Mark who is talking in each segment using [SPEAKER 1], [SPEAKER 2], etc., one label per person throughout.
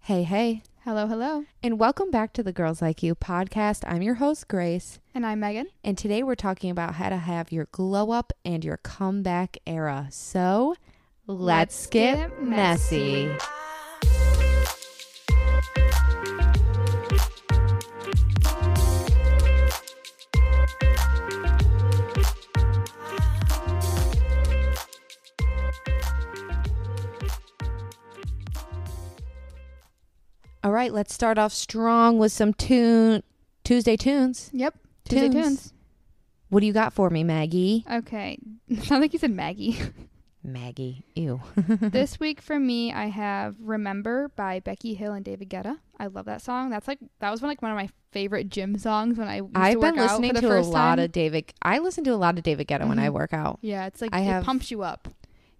[SPEAKER 1] Hey, hey,
[SPEAKER 2] Hello, hello.
[SPEAKER 1] and welcome back to the Girls Like You podcast. I'm your host, Grace,
[SPEAKER 2] And I'm Megan.
[SPEAKER 1] and today we're talking about how to have your glow up and your comeback era. So let's,
[SPEAKER 2] Let's
[SPEAKER 1] get,
[SPEAKER 2] get
[SPEAKER 1] messy. All right, let's start off strong with some tune Tuesday tunes.
[SPEAKER 2] Yep. Tuesday
[SPEAKER 1] Tunes.
[SPEAKER 2] Tunes.
[SPEAKER 1] What do you got for me, Maggie?
[SPEAKER 2] Okay. Sounds like you said Maggie.
[SPEAKER 1] Maggie, ew.
[SPEAKER 2] this week for me, I have Remember by Becky Hill and David Guetta. I love that song. That's like that was one like one of my favorite gym songs when I used to
[SPEAKER 1] I've
[SPEAKER 2] work
[SPEAKER 1] been
[SPEAKER 2] out
[SPEAKER 1] listening
[SPEAKER 2] for the
[SPEAKER 1] to a
[SPEAKER 2] first
[SPEAKER 1] lot
[SPEAKER 2] time.
[SPEAKER 1] of David. I listen to a lot of David Guetta when I
[SPEAKER 2] Mhm.
[SPEAKER 1] work out.
[SPEAKER 2] yeah, it's like
[SPEAKER 1] I
[SPEAKER 2] it
[SPEAKER 1] have-
[SPEAKER 2] pumps you up.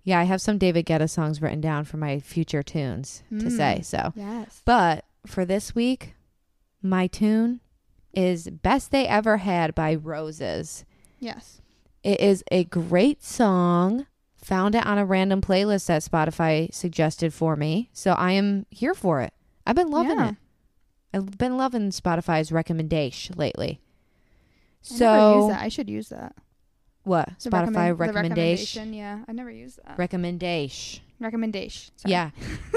[SPEAKER 1] Yeah, I have some David Guetta songs written down for my future tunes to
[SPEAKER 2] Mm.
[SPEAKER 1] say. So,
[SPEAKER 2] Yes.
[SPEAKER 1] but for this week, my tune is "Best They Ever Had" by Roses.
[SPEAKER 2] Yes.
[SPEAKER 1] It is a great song. Found it on a random playlist that Spotify suggested for me, so I am here for it. I've been loving
[SPEAKER 2] Yeah.
[SPEAKER 1] it. I've been loving Spotify's recommendation lately.
[SPEAKER 2] I
[SPEAKER 1] So
[SPEAKER 2] never used that. I should use that.
[SPEAKER 1] what
[SPEAKER 2] The
[SPEAKER 1] Spotify
[SPEAKER 2] recommend- the
[SPEAKER 1] recommendation?
[SPEAKER 2] recommendation. Yeah, I never used that.
[SPEAKER 1] Recommendation.
[SPEAKER 2] recommendation. Sorry.
[SPEAKER 1] Yeah,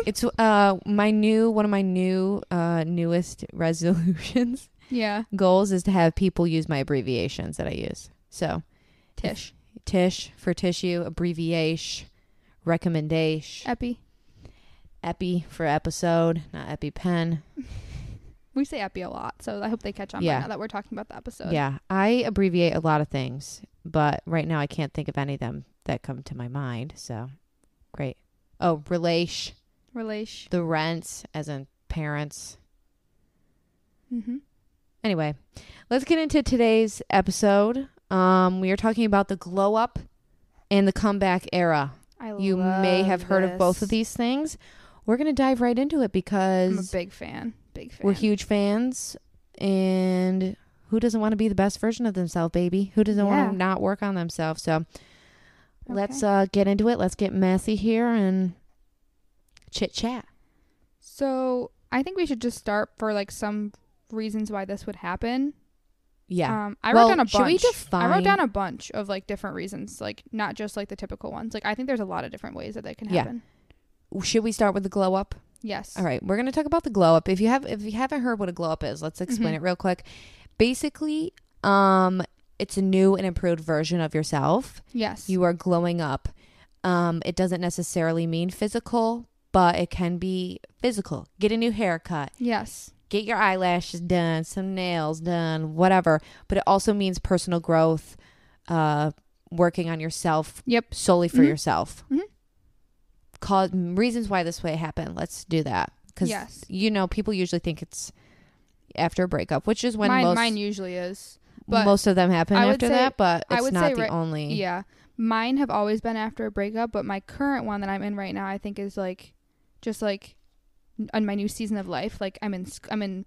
[SPEAKER 1] it's uh my new one of my new uh newest resolutions
[SPEAKER 2] Yeah.
[SPEAKER 1] goals is to have people use my abbreviations that I use. So
[SPEAKER 2] Tish.
[SPEAKER 1] Tish for tissue, abbreviation, recommendation,
[SPEAKER 2] Epi.
[SPEAKER 1] epi for episode, not EpiPen.
[SPEAKER 2] We say epi a lot, so I hope they catch on
[SPEAKER 1] Yeah.
[SPEAKER 2] by now that we're talking about the episode.
[SPEAKER 1] Yeah, I abbreviate a lot of things, but right now I can't think of any of them that come to my mind. So great. Oh, relation,
[SPEAKER 2] Relation.
[SPEAKER 1] the rents as in parents.
[SPEAKER 2] Mm-hmm.
[SPEAKER 1] Anyway, let's get into today's episode. Um, we are talking about the glow up and the comeback era.
[SPEAKER 2] I
[SPEAKER 1] You may have heard of both of
[SPEAKER 2] this.
[SPEAKER 1] these things. We're going to dive right into it
[SPEAKER 2] I'm a
[SPEAKER 1] because
[SPEAKER 2] big fan. Big fan.
[SPEAKER 1] we're huge fans and who doesn't want to be the best version of themselves, baby? Who doesn't want
[SPEAKER 2] Yeah.
[SPEAKER 1] to not work on themselves? So let's
[SPEAKER 2] Okay.
[SPEAKER 1] uh, get into it. Let's get messy here and chit chat.
[SPEAKER 2] So I think we should just start for like some reasons why this would happen.
[SPEAKER 1] Yeah.
[SPEAKER 2] Um, I
[SPEAKER 1] Well,
[SPEAKER 2] wrote down a bunch.
[SPEAKER 1] should we
[SPEAKER 2] I
[SPEAKER 1] define-
[SPEAKER 2] wrote down a bunch of like different reasons, like not just like the typical ones. Like I think there's a lot of different ways that that can
[SPEAKER 1] Yeah.
[SPEAKER 2] happen. Uh,
[SPEAKER 1] Should we start with the glow up?
[SPEAKER 2] Yes.
[SPEAKER 1] All right, we're going to talk about the glow up. If you have if you haven't heard what a glow up is, let's explain
[SPEAKER 2] Mhm.
[SPEAKER 1] it real quick. Basically, um it's a new and improved version of yourself.
[SPEAKER 2] Yes.
[SPEAKER 1] You are glowing up. Um it doesn't necessarily mean physical, but it can be physical. Get a new haircut,
[SPEAKER 2] yes.
[SPEAKER 1] get your eyelashes done, some nails done, whatever, but it also means personal growth, uh working on yourself
[SPEAKER 2] Yep.
[SPEAKER 1] solely for
[SPEAKER 2] Mhm.
[SPEAKER 1] yourself.
[SPEAKER 2] Mhm.
[SPEAKER 1] Cause reasons why this way happened. Let's do that because
[SPEAKER 2] Yes.
[SPEAKER 1] you know people usually think it's after a breakup, which is when
[SPEAKER 2] mine,
[SPEAKER 1] most
[SPEAKER 2] mine usually is. but
[SPEAKER 1] most of them happen
[SPEAKER 2] I would
[SPEAKER 1] after
[SPEAKER 2] say-
[SPEAKER 1] that. But
[SPEAKER 2] I
[SPEAKER 1] it's
[SPEAKER 2] would
[SPEAKER 1] not
[SPEAKER 2] say
[SPEAKER 1] the
[SPEAKER 2] right-
[SPEAKER 1] only.
[SPEAKER 2] Yeah. Mine have always been after a breakup, but my current one that I'm in right now, I think is like just like n- on my new season of life. Like I'm in sc- I'm in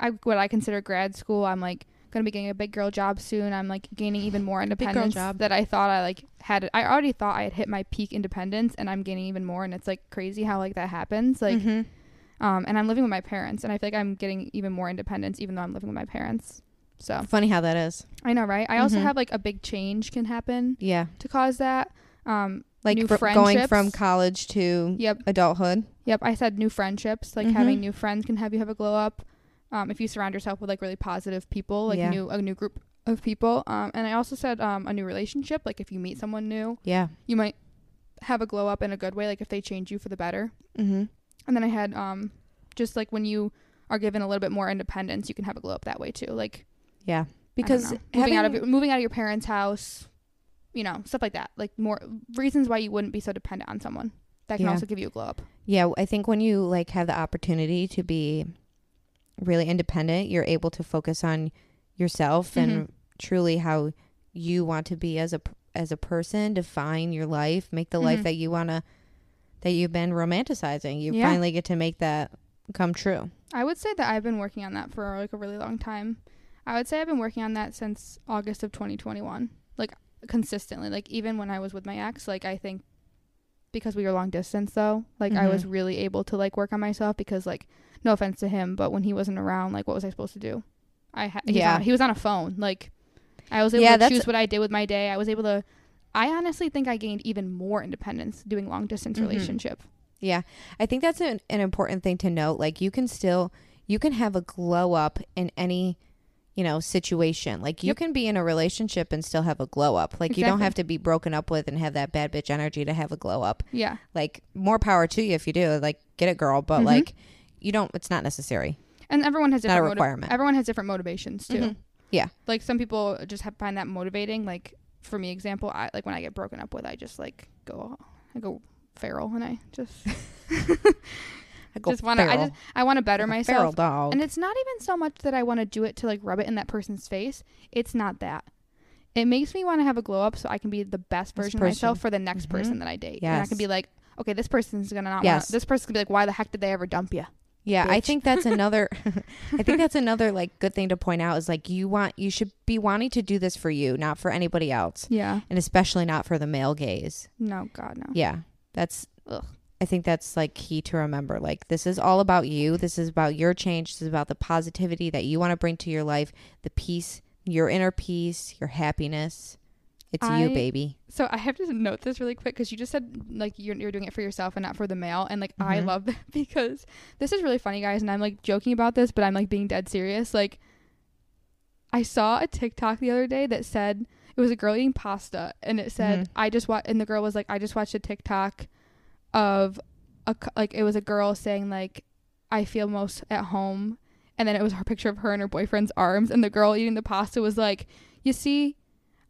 [SPEAKER 2] I, what I consider grad school. I'm like going to be getting a big girl job soon. I'm like gaining even more
[SPEAKER 1] girl
[SPEAKER 2] independence
[SPEAKER 1] job.
[SPEAKER 2] that I thought I like had I already thought I had hit my peak independence and I'm gaining even more and it's like crazy how like that happens. Like
[SPEAKER 1] Mhm.
[SPEAKER 2] um and I'm living with my parents and I feel like I'm getting even more independence even though I'm living with my parents. So,
[SPEAKER 1] funny how that is.
[SPEAKER 2] I know, right? I also
[SPEAKER 1] Mhm.
[SPEAKER 2] have like a big change can happen
[SPEAKER 1] Yeah,
[SPEAKER 2] to cause that. Um,
[SPEAKER 1] like
[SPEAKER 2] New
[SPEAKER 1] fr- going from
[SPEAKER 2] friendships.
[SPEAKER 1] college to
[SPEAKER 2] yep,
[SPEAKER 1] adulthood.
[SPEAKER 2] yep. I said new friendships, like
[SPEAKER 1] Mhm.
[SPEAKER 2] having new friends can have you have a glow up. Um, if you surround yourself with like really positive people, like
[SPEAKER 1] Yeah.
[SPEAKER 2] new a new group of people. Um, and I also said um, a new relationship, like if you meet someone new,
[SPEAKER 1] Yeah.
[SPEAKER 2] you might have a glow up in a good way, like if they change you for the better.
[SPEAKER 1] Mm-hmm.
[SPEAKER 2] And then I had um, just like when you are given a little bit more independence, you can have a glow up that way too, like
[SPEAKER 1] Yeah,
[SPEAKER 2] I don't
[SPEAKER 1] because
[SPEAKER 2] know, moving out of
[SPEAKER 1] having-
[SPEAKER 2] your- moving out of your parents' house, you know, stuff like that, like more reasons why you wouldn't be so dependent on someone. That can
[SPEAKER 1] Yeah.
[SPEAKER 2] also give you a glow up.
[SPEAKER 1] yeah, I think when you like have the opportunity to be really independent, you're able to focus on yourself
[SPEAKER 2] Mm-hmm.
[SPEAKER 1] and truly how you want to be as a p- as a person, define your life, make the life
[SPEAKER 2] Mhm.
[SPEAKER 1] that you want to that you've been romanticizing. You
[SPEAKER 2] Yeah.
[SPEAKER 1] finally get to make that come true.
[SPEAKER 2] I would say that I've been working on that for like a really long time. I would say I've been working on that since August of 2021, like consistently. Like even when I was with my ex, like I think because we were long distance though like i
[SPEAKER 1] Mm-hmm.
[SPEAKER 2] was really able to like work on myself because like no offense to him but when he wasn't around like what was i supposed to do i ha- he's
[SPEAKER 1] Yeah.
[SPEAKER 2] on- he was on a phone like i was able
[SPEAKER 1] Yeah,
[SPEAKER 2] to
[SPEAKER 1] that's-
[SPEAKER 2] choose what i did with my day i was able to i honestly think i gained even more independence doing long distance
[SPEAKER 1] Mhm.
[SPEAKER 2] relationship
[SPEAKER 1] Yeah. I think that's an, an important thing to note. Like you can still you can have a glow up in any, you know, situation. Like you
[SPEAKER 2] Yep.
[SPEAKER 1] can be in a relationship and still have a glow up. Like you don't
[SPEAKER 2] Exactly.
[SPEAKER 1] have to be broken up with and have that bad bitch energy to have a glow up.
[SPEAKER 2] yeah
[SPEAKER 1] Like more power to you if you do. Like get it girl, but
[SPEAKER 2] Mhm.
[SPEAKER 1] like you don't it's not necessary.
[SPEAKER 2] and everyone has
[SPEAKER 1] It's not a
[SPEAKER 2] different motiv-
[SPEAKER 1] requirement.
[SPEAKER 2] everyone has different motivations too
[SPEAKER 1] Mhm. Yeah.
[SPEAKER 2] like some people just have, find that motivating like for me example i like when i get broken up with i just like go i go feral and i just
[SPEAKER 1] I go
[SPEAKER 2] Just wanna- I
[SPEAKER 1] feral.
[SPEAKER 2] just- i want to better
[SPEAKER 1] Like a
[SPEAKER 2] myself
[SPEAKER 1] Feral dog.
[SPEAKER 2] And it's not even so much that I want to do it to like rub it in that person's face. It's not that. It makes me want to have a glow up so I can be the best
[SPEAKER 1] This
[SPEAKER 2] version of myself
[SPEAKER 1] person.
[SPEAKER 2] for the next
[SPEAKER 1] Mhm.
[SPEAKER 2] person that I date. And I
[SPEAKER 1] Yes.
[SPEAKER 2] can be like, okay, this person's gonna not.
[SPEAKER 1] Yes.
[SPEAKER 2] Wanna, this person's gonna be like, why the heck did they ever dump you?
[SPEAKER 1] Yeah, I
[SPEAKER 2] bitch.
[SPEAKER 1] think that's another I think that's another like good thing to point out is like you want you should be wanting to do this for you, not for anybody else.
[SPEAKER 2] Yeah.
[SPEAKER 1] And especially not for the male gaze.
[SPEAKER 2] No, God, no.
[SPEAKER 1] Yeah. That's
[SPEAKER 2] Ugh.
[SPEAKER 1] I think that's like key to remember. Like this is all about you. This is about your change. This is about the positivity that you want to bring to your life, the peace, your inner peace, your happiness. It's you,
[SPEAKER 2] I-
[SPEAKER 1] baby.
[SPEAKER 2] So I have to note this really quick because you just said like you're, you're doing it for yourself and not for the male, and like I
[SPEAKER 1] Mhm.
[SPEAKER 2] love that because this is really funny, guys. And I'm like joking about this, but I'm like being dead serious. Like I saw a TikTok the other day that said it was a girl eating pasta, and it said
[SPEAKER 1] Mhm.
[SPEAKER 2] I just watched, and the girl was like I just watched a TikTok of a cou- like it was a girl saying like I feel most at home, and then it was her picture of her and her boyfriend's arms, and the girl eating the pasta was like, you see.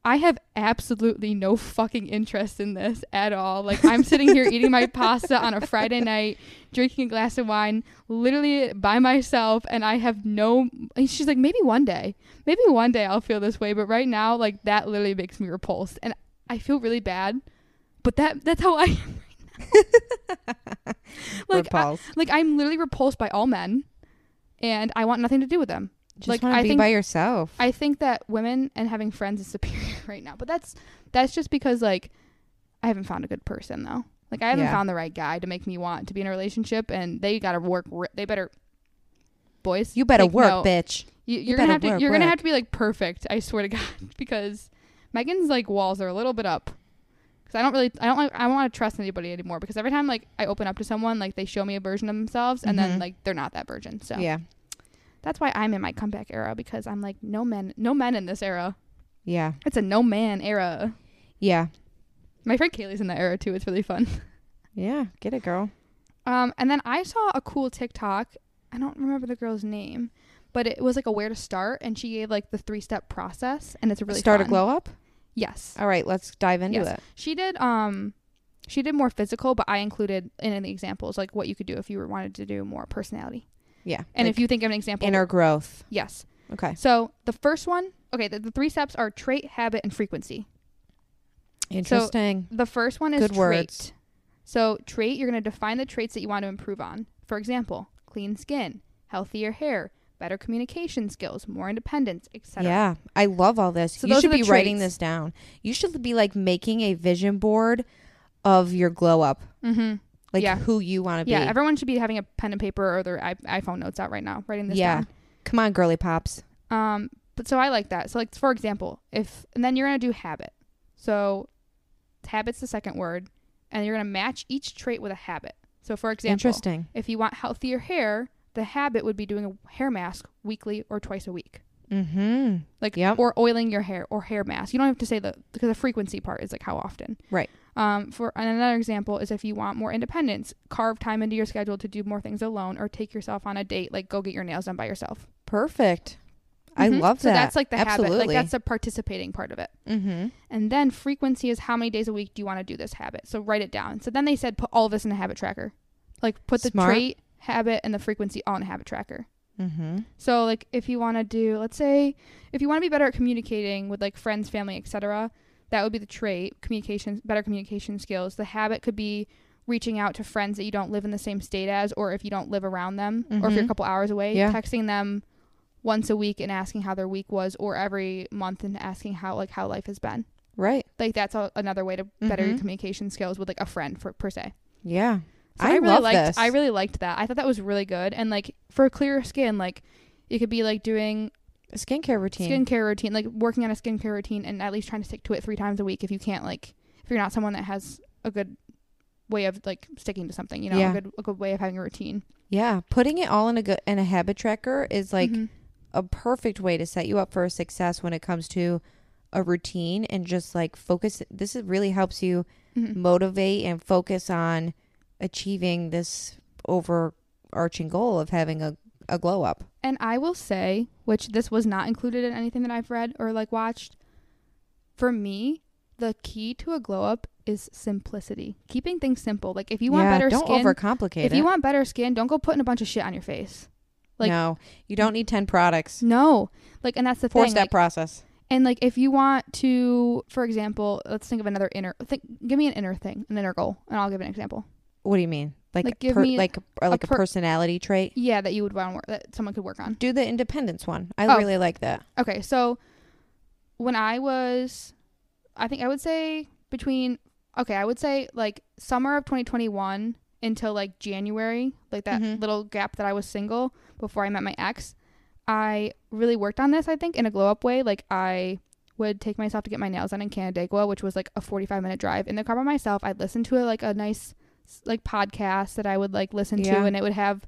[SPEAKER 2] I have absolutely no fucking interest in this at all. Like I'm sitting here eating my pasta on a Friday night, drinking a glass of wine, literally by myself, and I have no. And she's like, maybe one day, maybe one day I'll feel this way, but right now, like that literally makes me repulsed, and I feel really bad. But that that's how I am. Right now. like I,
[SPEAKER 1] Repulsed.
[SPEAKER 2] like I'm literally repulsed by all men, and I want nothing to do with them.
[SPEAKER 1] Just
[SPEAKER 2] like,
[SPEAKER 1] want
[SPEAKER 2] I
[SPEAKER 1] to be
[SPEAKER 2] think-
[SPEAKER 1] by yourself.
[SPEAKER 2] I think that women and having friends is superior right now, but that's that's just because like I haven't found a good person though. Like I haven't
[SPEAKER 1] Yeah.
[SPEAKER 2] found the right guy to make me want to be in a relationship, and they gotta work. ri they better, boys.
[SPEAKER 1] you better
[SPEAKER 2] take
[SPEAKER 1] work,
[SPEAKER 2] note.
[SPEAKER 1] bitch.
[SPEAKER 2] You, you're
[SPEAKER 1] better
[SPEAKER 2] gonna have to.
[SPEAKER 1] work,
[SPEAKER 2] you're gonna
[SPEAKER 1] work.
[SPEAKER 2] have to be like perfect. I swear to God, because Megan's like walls are a little bit up. Because I don't really, I don't like, I don't want to trust anybody anymore. Because every time like I open up to someone, like they show me a version of themselves, and then
[SPEAKER 1] Mhm.
[SPEAKER 2] like they're not that version. So
[SPEAKER 1] Yeah.
[SPEAKER 2] that's why I'm in my comeback era because I'm like no men, no men in this era.
[SPEAKER 1] Yeah.
[SPEAKER 2] It's a no man era.
[SPEAKER 1] Yeah.
[SPEAKER 2] My friend Kaylee's in that era too. It's really fun.
[SPEAKER 1] Yeah. Get it, girl.
[SPEAKER 2] Um, and then I saw a cool TikTok. I don't remember the girl's name, but it was like a where to start, and she gave like the three step process, and it's really
[SPEAKER 1] Start a
[SPEAKER 2] fun.
[SPEAKER 1] glow up.
[SPEAKER 2] Yes,
[SPEAKER 1] All right, let's dive into
[SPEAKER 2] Yes.
[SPEAKER 1] it.
[SPEAKER 2] she did. Um, she did more physical, but I included in the examples like what you could do if you were wanted to do more personality.
[SPEAKER 1] Yeah.
[SPEAKER 2] And
[SPEAKER 1] like
[SPEAKER 2] if you think of an example,
[SPEAKER 1] inner growth.
[SPEAKER 2] yes,
[SPEAKER 1] Okay.
[SPEAKER 2] So the first one, okay, the, the three steps are trait, habit, and frequency.
[SPEAKER 1] Interesting.
[SPEAKER 2] The first one is
[SPEAKER 1] Good
[SPEAKER 2] trait.
[SPEAKER 1] words.
[SPEAKER 2] So trait, you're going to define the traits that you want to improve on. For example, clean skin, healthier hair, better communication skills, more independence, etc.
[SPEAKER 1] yeah. I love all this.
[SPEAKER 2] So
[SPEAKER 1] you
[SPEAKER 2] those
[SPEAKER 1] should
[SPEAKER 2] are the
[SPEAKER 1] be writing
[SPEAKER 2] traits.
[SPEAKER 1] this down. You should be like making a vision board of your glow up.
[SPEAKER 2] Mm-hmm.
[SPEAKER 1] Like
[SPEAKER 2] Yeah.
[SPEAKER 1] who you want to
[SPEAKER 2] Yeah.
[SPEAKER 1] be.
[SPEAKER 2] Everyone should be having a pen and paper or their I- iPhone notes out right now, writing this
[SPEAKER 1] Yeah.
[SPEAKER 2] down.
[SPEAKER 1] Come on, girly pops.
[SPEAKER 2] Um, but so I like that. So like for example, if and then you're gonna do habit. So habit's the second word, and you're gonna match each trait with a habit. So for example,
[SPEAKER 1] Interesting.
[SPEAKER 2] if you want healthier hair, the habit would be doing a hair mask weekly or twice a week.
[SPEAKER 1] Mm-hmm.
[SPEAKER 2] Like
[SPEAKER 1] Yep.
[SPEAKER 2] or oiling your hair or hair mask. You don't have to say the because the frequency part is like how often.
[SPEAKER 1] Right.
[SPEAKER 2] Um, for and another example is if you want more independence, carve time into your schedule to do more things alone or take yourself on a date, like go get your nails done by yourself.
[SPEAKER 1] Perfect. I
[SPEAKER 2] Mhm.
[SPEAKER 1] love
[SPEAKER 2] so
[SPEAKER 1] that.
[SPEAKER 2] that's like the
[SPEAKER 1] Absolutely.
[SPEAKER 2] habit. Like that's the participating part of it.
[SPEAKER 1] mm-hmm.
[SPEAKER 2] And then frequency is how many days a week do you want to do this habit? So write it down. So then they said put all this in a habit tracker. Like put the
[SPEAKER 1] Smart.
[SPEAKER 2] trait, habit, and the frequency on a habit tracker.
[SPEAKER 1] Mm-hmm.
[SPEAKER 2] So like if you want to do, let's say, if you want to be better at communicating with like friends, family, etc., that would be the trait. Communication, better communication skills. The habit could be reaching out to friends that you don't live in the same state as, or if you don't live around them, or if you're a
[SPEAKER 1] Mhm.
[SPEAKER 2] couple hours away,
[SPEAKER 1] Yeah.
[SPEAKER 2] texting them once a week and asking how their week was, or every month and asking how like how life has been.
[SPEAKER 1] Right.
[SPEAKER 2] Like that's a, another way to better your
[SPEAKER 1] Mhm.
[SPEAKER 2] communication skills with like a friend for per se.
[SPEAKER 1] Yeah.
[SPEAKER 2] So I,
[SPEAKER 1] I
[SPEAKER 2] really
[SPEAKER 1] love
[SPEAKER 2] liked
[SPEAKER 1] this.
[SPEAKER 2] I really liked that. I thought that was really good. And like for clear skin, like it could be like doing
[SPEAKER 1] Skincare routine.
[SPEAKER 2] skincare routine, like working on a skincare routine and at least trying to stick to it three times a week if you can't like if you're not someone that has a good way of like sticking to something, you know,
[SPEAKER 1] Yeah.
[SPEAKER 2] a good a good way of having a routine.
[SPEAKER 1] yeah. Putting it all in a good in a habit tracker is like
[SPEAKER 2] Mhm.
[SPEAKER 1] a perfect way to set you up for success when it comes to a routine and just like focus this is, really helps you
[SPEAKER 2] Mhm.
[SPEAKER 1] Mm-hmm. motivate and focus on achieving this overarching goal of having a, a glow up
[SPEAKER 2] And I will say, which this was not included in anything that I've read or like watched, for me, the key to a glow up is simplicity. Keeping things simple. Like if you want better
[SPEAKER 1] don't
[SPEAKER 2] skin,
[SPEAKER 1] overcomplicate
[SPEAKER 2] if
[SPEAKER 1] it
[SPEAKER 2] you want better skin, don't go putting a bunch of shit on your face. like-
[SPEAKER 1] no you don't need 10 products
[SPEAKER 2] No. Like and that's the
[SPEAKER 1] four
[SPEAKER 2] thing.
[SPEAKER 1] step
[SPEAKER 2] like-
[SPEAKER 1] process
[SPEAKER 2] and like if you want to, for example, let's think of another inner think give me an inner thing, an inner goal, and I'll give an example.
[SPEAKER 1] what do you mean like
[SPEAKER 2] Like,
[SPEAKER 1] like
[SPEAKER 2] give
[SPEAKER 1] per,
[SPEAKER 2] me
[SPEAKER 1] like or like a,
[SPEAKER 2] per-
[SPEAKER 1] personality trait
[SPEAKER 2] Yeah, that you would want to work that someone could work on.
[SPEAKER 1] do the independence one i
[SPEAKER 2] Oh.
[SPEAKER 1] really like that
[SPEAKER 2] Okay, so when I was, I think I would say between, okay, I would say like summer of 2021 until like January, like that
[SPEAKER 1] Mhm.
[SPEAKER 2] little gap that I was single before I met my ex, I really worked on this, I think, in a glow up way. Like I would take myself to get my nails done in Canandaigua, which was like a 45 minute drive in the car by myself. I'd listen to like a nice like podcast that I would like listen to
[SPEAKER 1] Yeah.
[SPEAKER 2] and it would have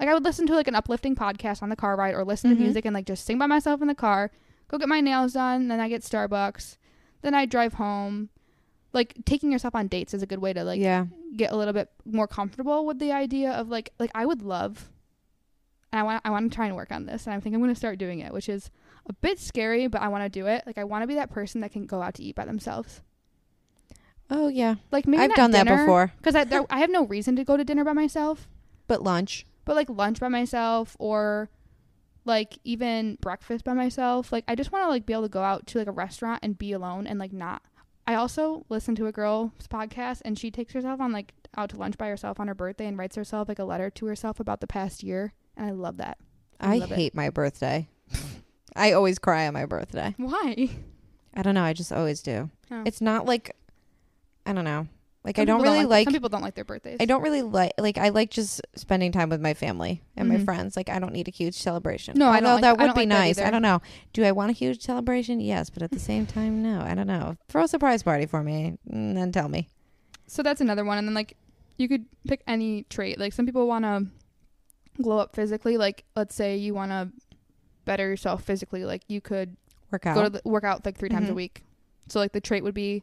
[SPEAKER 2] like I would listen to like an uplifting podcast on the car ride or listen
[SPEAKER 1] Mhm.
[SPEAKER 2] to music and like just sing by myself in the car, go get my nails done, then I get Starbucks, then I drive home. Like taking yourself on dates is a good way to like
[SPEAKER 1] yeah
[SPEAKER 2] get a little bit more comfortable with the idea of like like I would love and I want I want to try and work on this and I think I'm going to start doing it, which is a bit scary, but I want to do it. Like I want to be that person that can go out to eat by themselves.
[SPEAKER 1] oh yeah
[SPEAKER 2] Like maybe
[SPEAKER 1] i've done that before
[SPEAKER 2] because I there, I have no reason to go to dinner by myself
[SPEAKER 1] but lunch
[SPEAKER 2] but like lunch by myself or like even breakfast by myself. Like I just want to like be able to go out to like a restaurant and be alone and like not. I also listen to a girl's podcast and she takes herself on like out to lunch by herself on her birthday and writes herself like a letter to herself about the past year and I love that. I
[SPEAKER 1] i,
[SPEAKER 2] love it.
[SPEAKER 1] hate my birthday i always cry on my birthday
[SPEAKER 2] Why?
[SPEAKER 1] I don't know. I just always do.
[SPEAKER 2] Oh.
[SPEAKER 1] It's not like I don't know. Like I
[SPEAKER 2] Some
[SPEAKER 1] don't
[SPEAKER 2] people
[SPEAKER 1] really
[SPEAKER 2] that.
[SPEAKER 1] like.
[SPEAKER 2] some people don't like their birthdays.
[SPEAKER 1] I don't really like. Like I like just spending time with my family and my
[SPEAKER 2] Mhm.
[SPEAKER 1] friends. Like I don't need a huge celebration.
[SPEAKER 2] No, I don't
[SPEAKER 1] Although
[SPEAKER 2] like-
[SPEAKER 1] that
[SPEAKER 2] I
[SPEAKER 1] would
[SPEAKER 2] don't
[SPEAKER 1] be
[SPEAKER 2] like that
[SPEAKER 1] nice. I
[SPEAKER 2] either.
[SPEAKER 1] don't know. Do I want a huge celebration? Yes, but at the same time, no. I don't know. Throw a surprise party for me and then tell me.
[SPEAKER 2] So that's another one. And then like you could pick any trait. Like some people want to glow up physically. Like let's say you want to better yourself physically. Like you could
[SPEAKER 1] Work out.
[SPEAKER 2] go to the, work out like 3 times a
[SPEAKER 1] Mhm.
[SPEAKER 2] week. So like the trait would be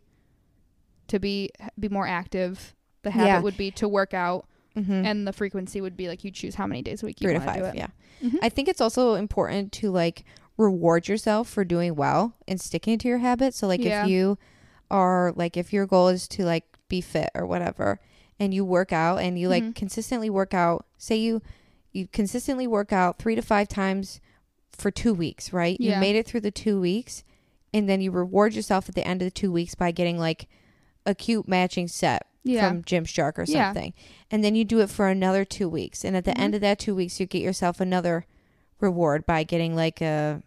[SPEAKER 2] to be be more active. The habit
[SPEAKER 1] Yeah.
[SPEAKER 2] would be to work out,
[SPEAKER 1] Mhm.
[SPEAKER 2] and the frequency would be like you choose how many days a week you
[SPEAKER 1] three to
[SPEAKER 2] want to do
[SPEAKER 1] five.
[SPEAKER 2] it.
[SPEAKER 1] Yeah.
[SPEAKER 2] Mhm.
[SPEAKER 1] I think it's also important to like reward yourself for doing well and sticking to your habits. So like
[SPEAKER 2] Yeah.
[SPEAKER 1] if you are like if your goal is to like be fit or whatever and you work out and you like
[SPEAKER 2] Mhm.
[SPEAKER 1] consistently work out, say you you consistently work out 3 to 5 times for 2 weeks, right?
[SPEAKER 2] Yeah.
[SPEAKER 1] You made it through the 2 weeks and then you reward yourself at the end of the 2 weeks by getting like a cute matching set
[SPEAKER 2] yeah.
[SPEAKER 1] from Gymshark or
[SPEAKER 2] Yeah.
[SPEAKER 1] something. And then you do it for another two weeks. And at the end
[SPEAKER 2] Mhm.
[SPEAKER 1] of that two weeks, you get yourself another reward by getting like a,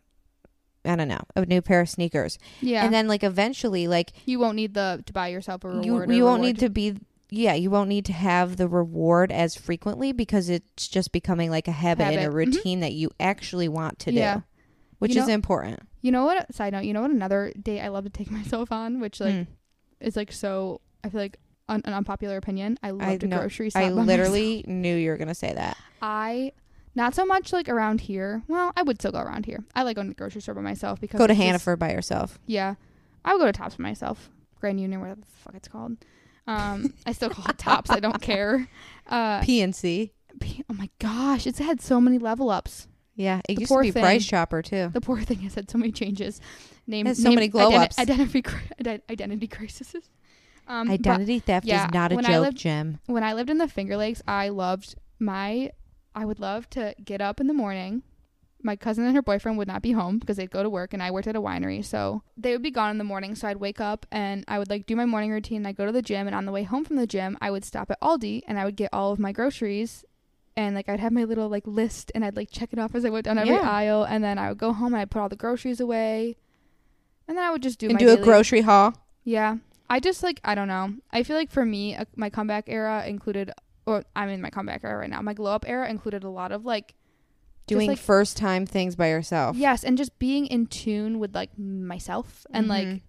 [SPEAKER 1] I don't know, a new pair of sneakers.
[SPEAKER 2] yeah.
[SPEAKER 1] And then like eventually, like
[SPEAKER 2] you won't need the to buy yourself a reward.
[SPEAKER 1] you,
[SPEAKER 2] or
[SPEAKER 1] you won't
[SPEAKER 2] reward.
[SPEAKER 1] need to be, yeah, you won't need to have the reward as frequently because it's just becoming like a habit, and a
[SPEAKER 2] Habit. Mhm.
[SPEAKER 1] routine that you actually want to
[SPEAKER 2] Yeah.
[SPEAKER 1] do, which
[SPEAKER 2] You
[SPEAKER 1] is
[SPEAKER 2] know-
[SPEAKER 1] important.
[SPEAKER 2] You know what? Side note. You know what? Another date I love to take myself on, which like
[SPEAKER 1] Mm.
[SPEAKER 2] is like so. I feel like un- an unpopular opinion. I love to
[SPEAKER 1] know-
[SPEAKER 2] grocery shop.
[SPEAKER 1] I
[SPEAKER 2] by myself.
[SPEAKER 1] literally knew you were going to say that.
[SPEAKER 2] I not so much like around here. Well, I would still go around here. I like going to the grocery store by myself because
[SPEAKER 1] Go to
[SPEAKER 2] it's just-
[SPEAKER 1] Hannaford by yourself.
[SPEAKER 2] yeah, I would go to Tops by myself. Grand Union, whatever the fuck it's called. Um, I still call it Tops. I don't care. Uh,
[SPEAKER 1] PNC.
[SPEAKER 2] P- oh my gosh, it's had so many level ups.
[SPEAKER 1] Yeah, it
[SPEAKER 2] The
[SPEAKER 1] used to
[SPEAKER 2] poor
[SPEAKER 1] be
[SPEAKER 2] thing.
[SPEAKER 1] Price Chopper too.
[SPEAKER 2] The poor thing has had so many changes. Name
[SPEAKER 1] Has so
[SPEAKER 2] name-
[SPEAKER 1] many glow-ups.
[SPEAKER 2] Identity cri- ide- identity crises. Um, but-
[SPEAKER 1] Identity theft
[SPEAKER 2] yeah,
[SPEAKER 1] is not a
[SPEAKER 2] when I
[SPEAKER 1] joke,
[SPEAKER 2] lived-
[SPEAKER 1] Jim.
[SPEAKER 2] when I lived in the Finger Lakes, I loved my I would love to get up in the morning. My cousin and her boyfriend would not be home because they'd go to work and I worked at a winery. So they would be gone in the morning. So I'd wake up and I would like do my morning routine. I'd go to the gym and on the way home from the gym, I would stop at Aldi and I would get all of my groceries and like I'd have my little like list and I'd like check it off as I went down every
[SPEAKER 1] Yeah.
[SPEAKER 2] aisle and then I would go home and I'd put all the groceries away. And then I would just do
[SPEAKER 1] and
[SPEAKER 2] my
[SPEAKER 1] do a
[SPEAKER 2] daily-
[SPEAKER 1] grocery haul.
[SPEAKER 2] Yeah. I just like I don't know. I feel like for me, uh, my comeback era included, or I'm in my comeback era right now. My glow up era included a lot of like
[SPEAKER 1] Doing
[SPEAKER 2] like-
[SPEAKER 1] first time things by yourself.
[SPEAKER 2] Yes, and just being in tune with like myself and
[SPEAKER 1] Mhm.
[SPEAKER 2] like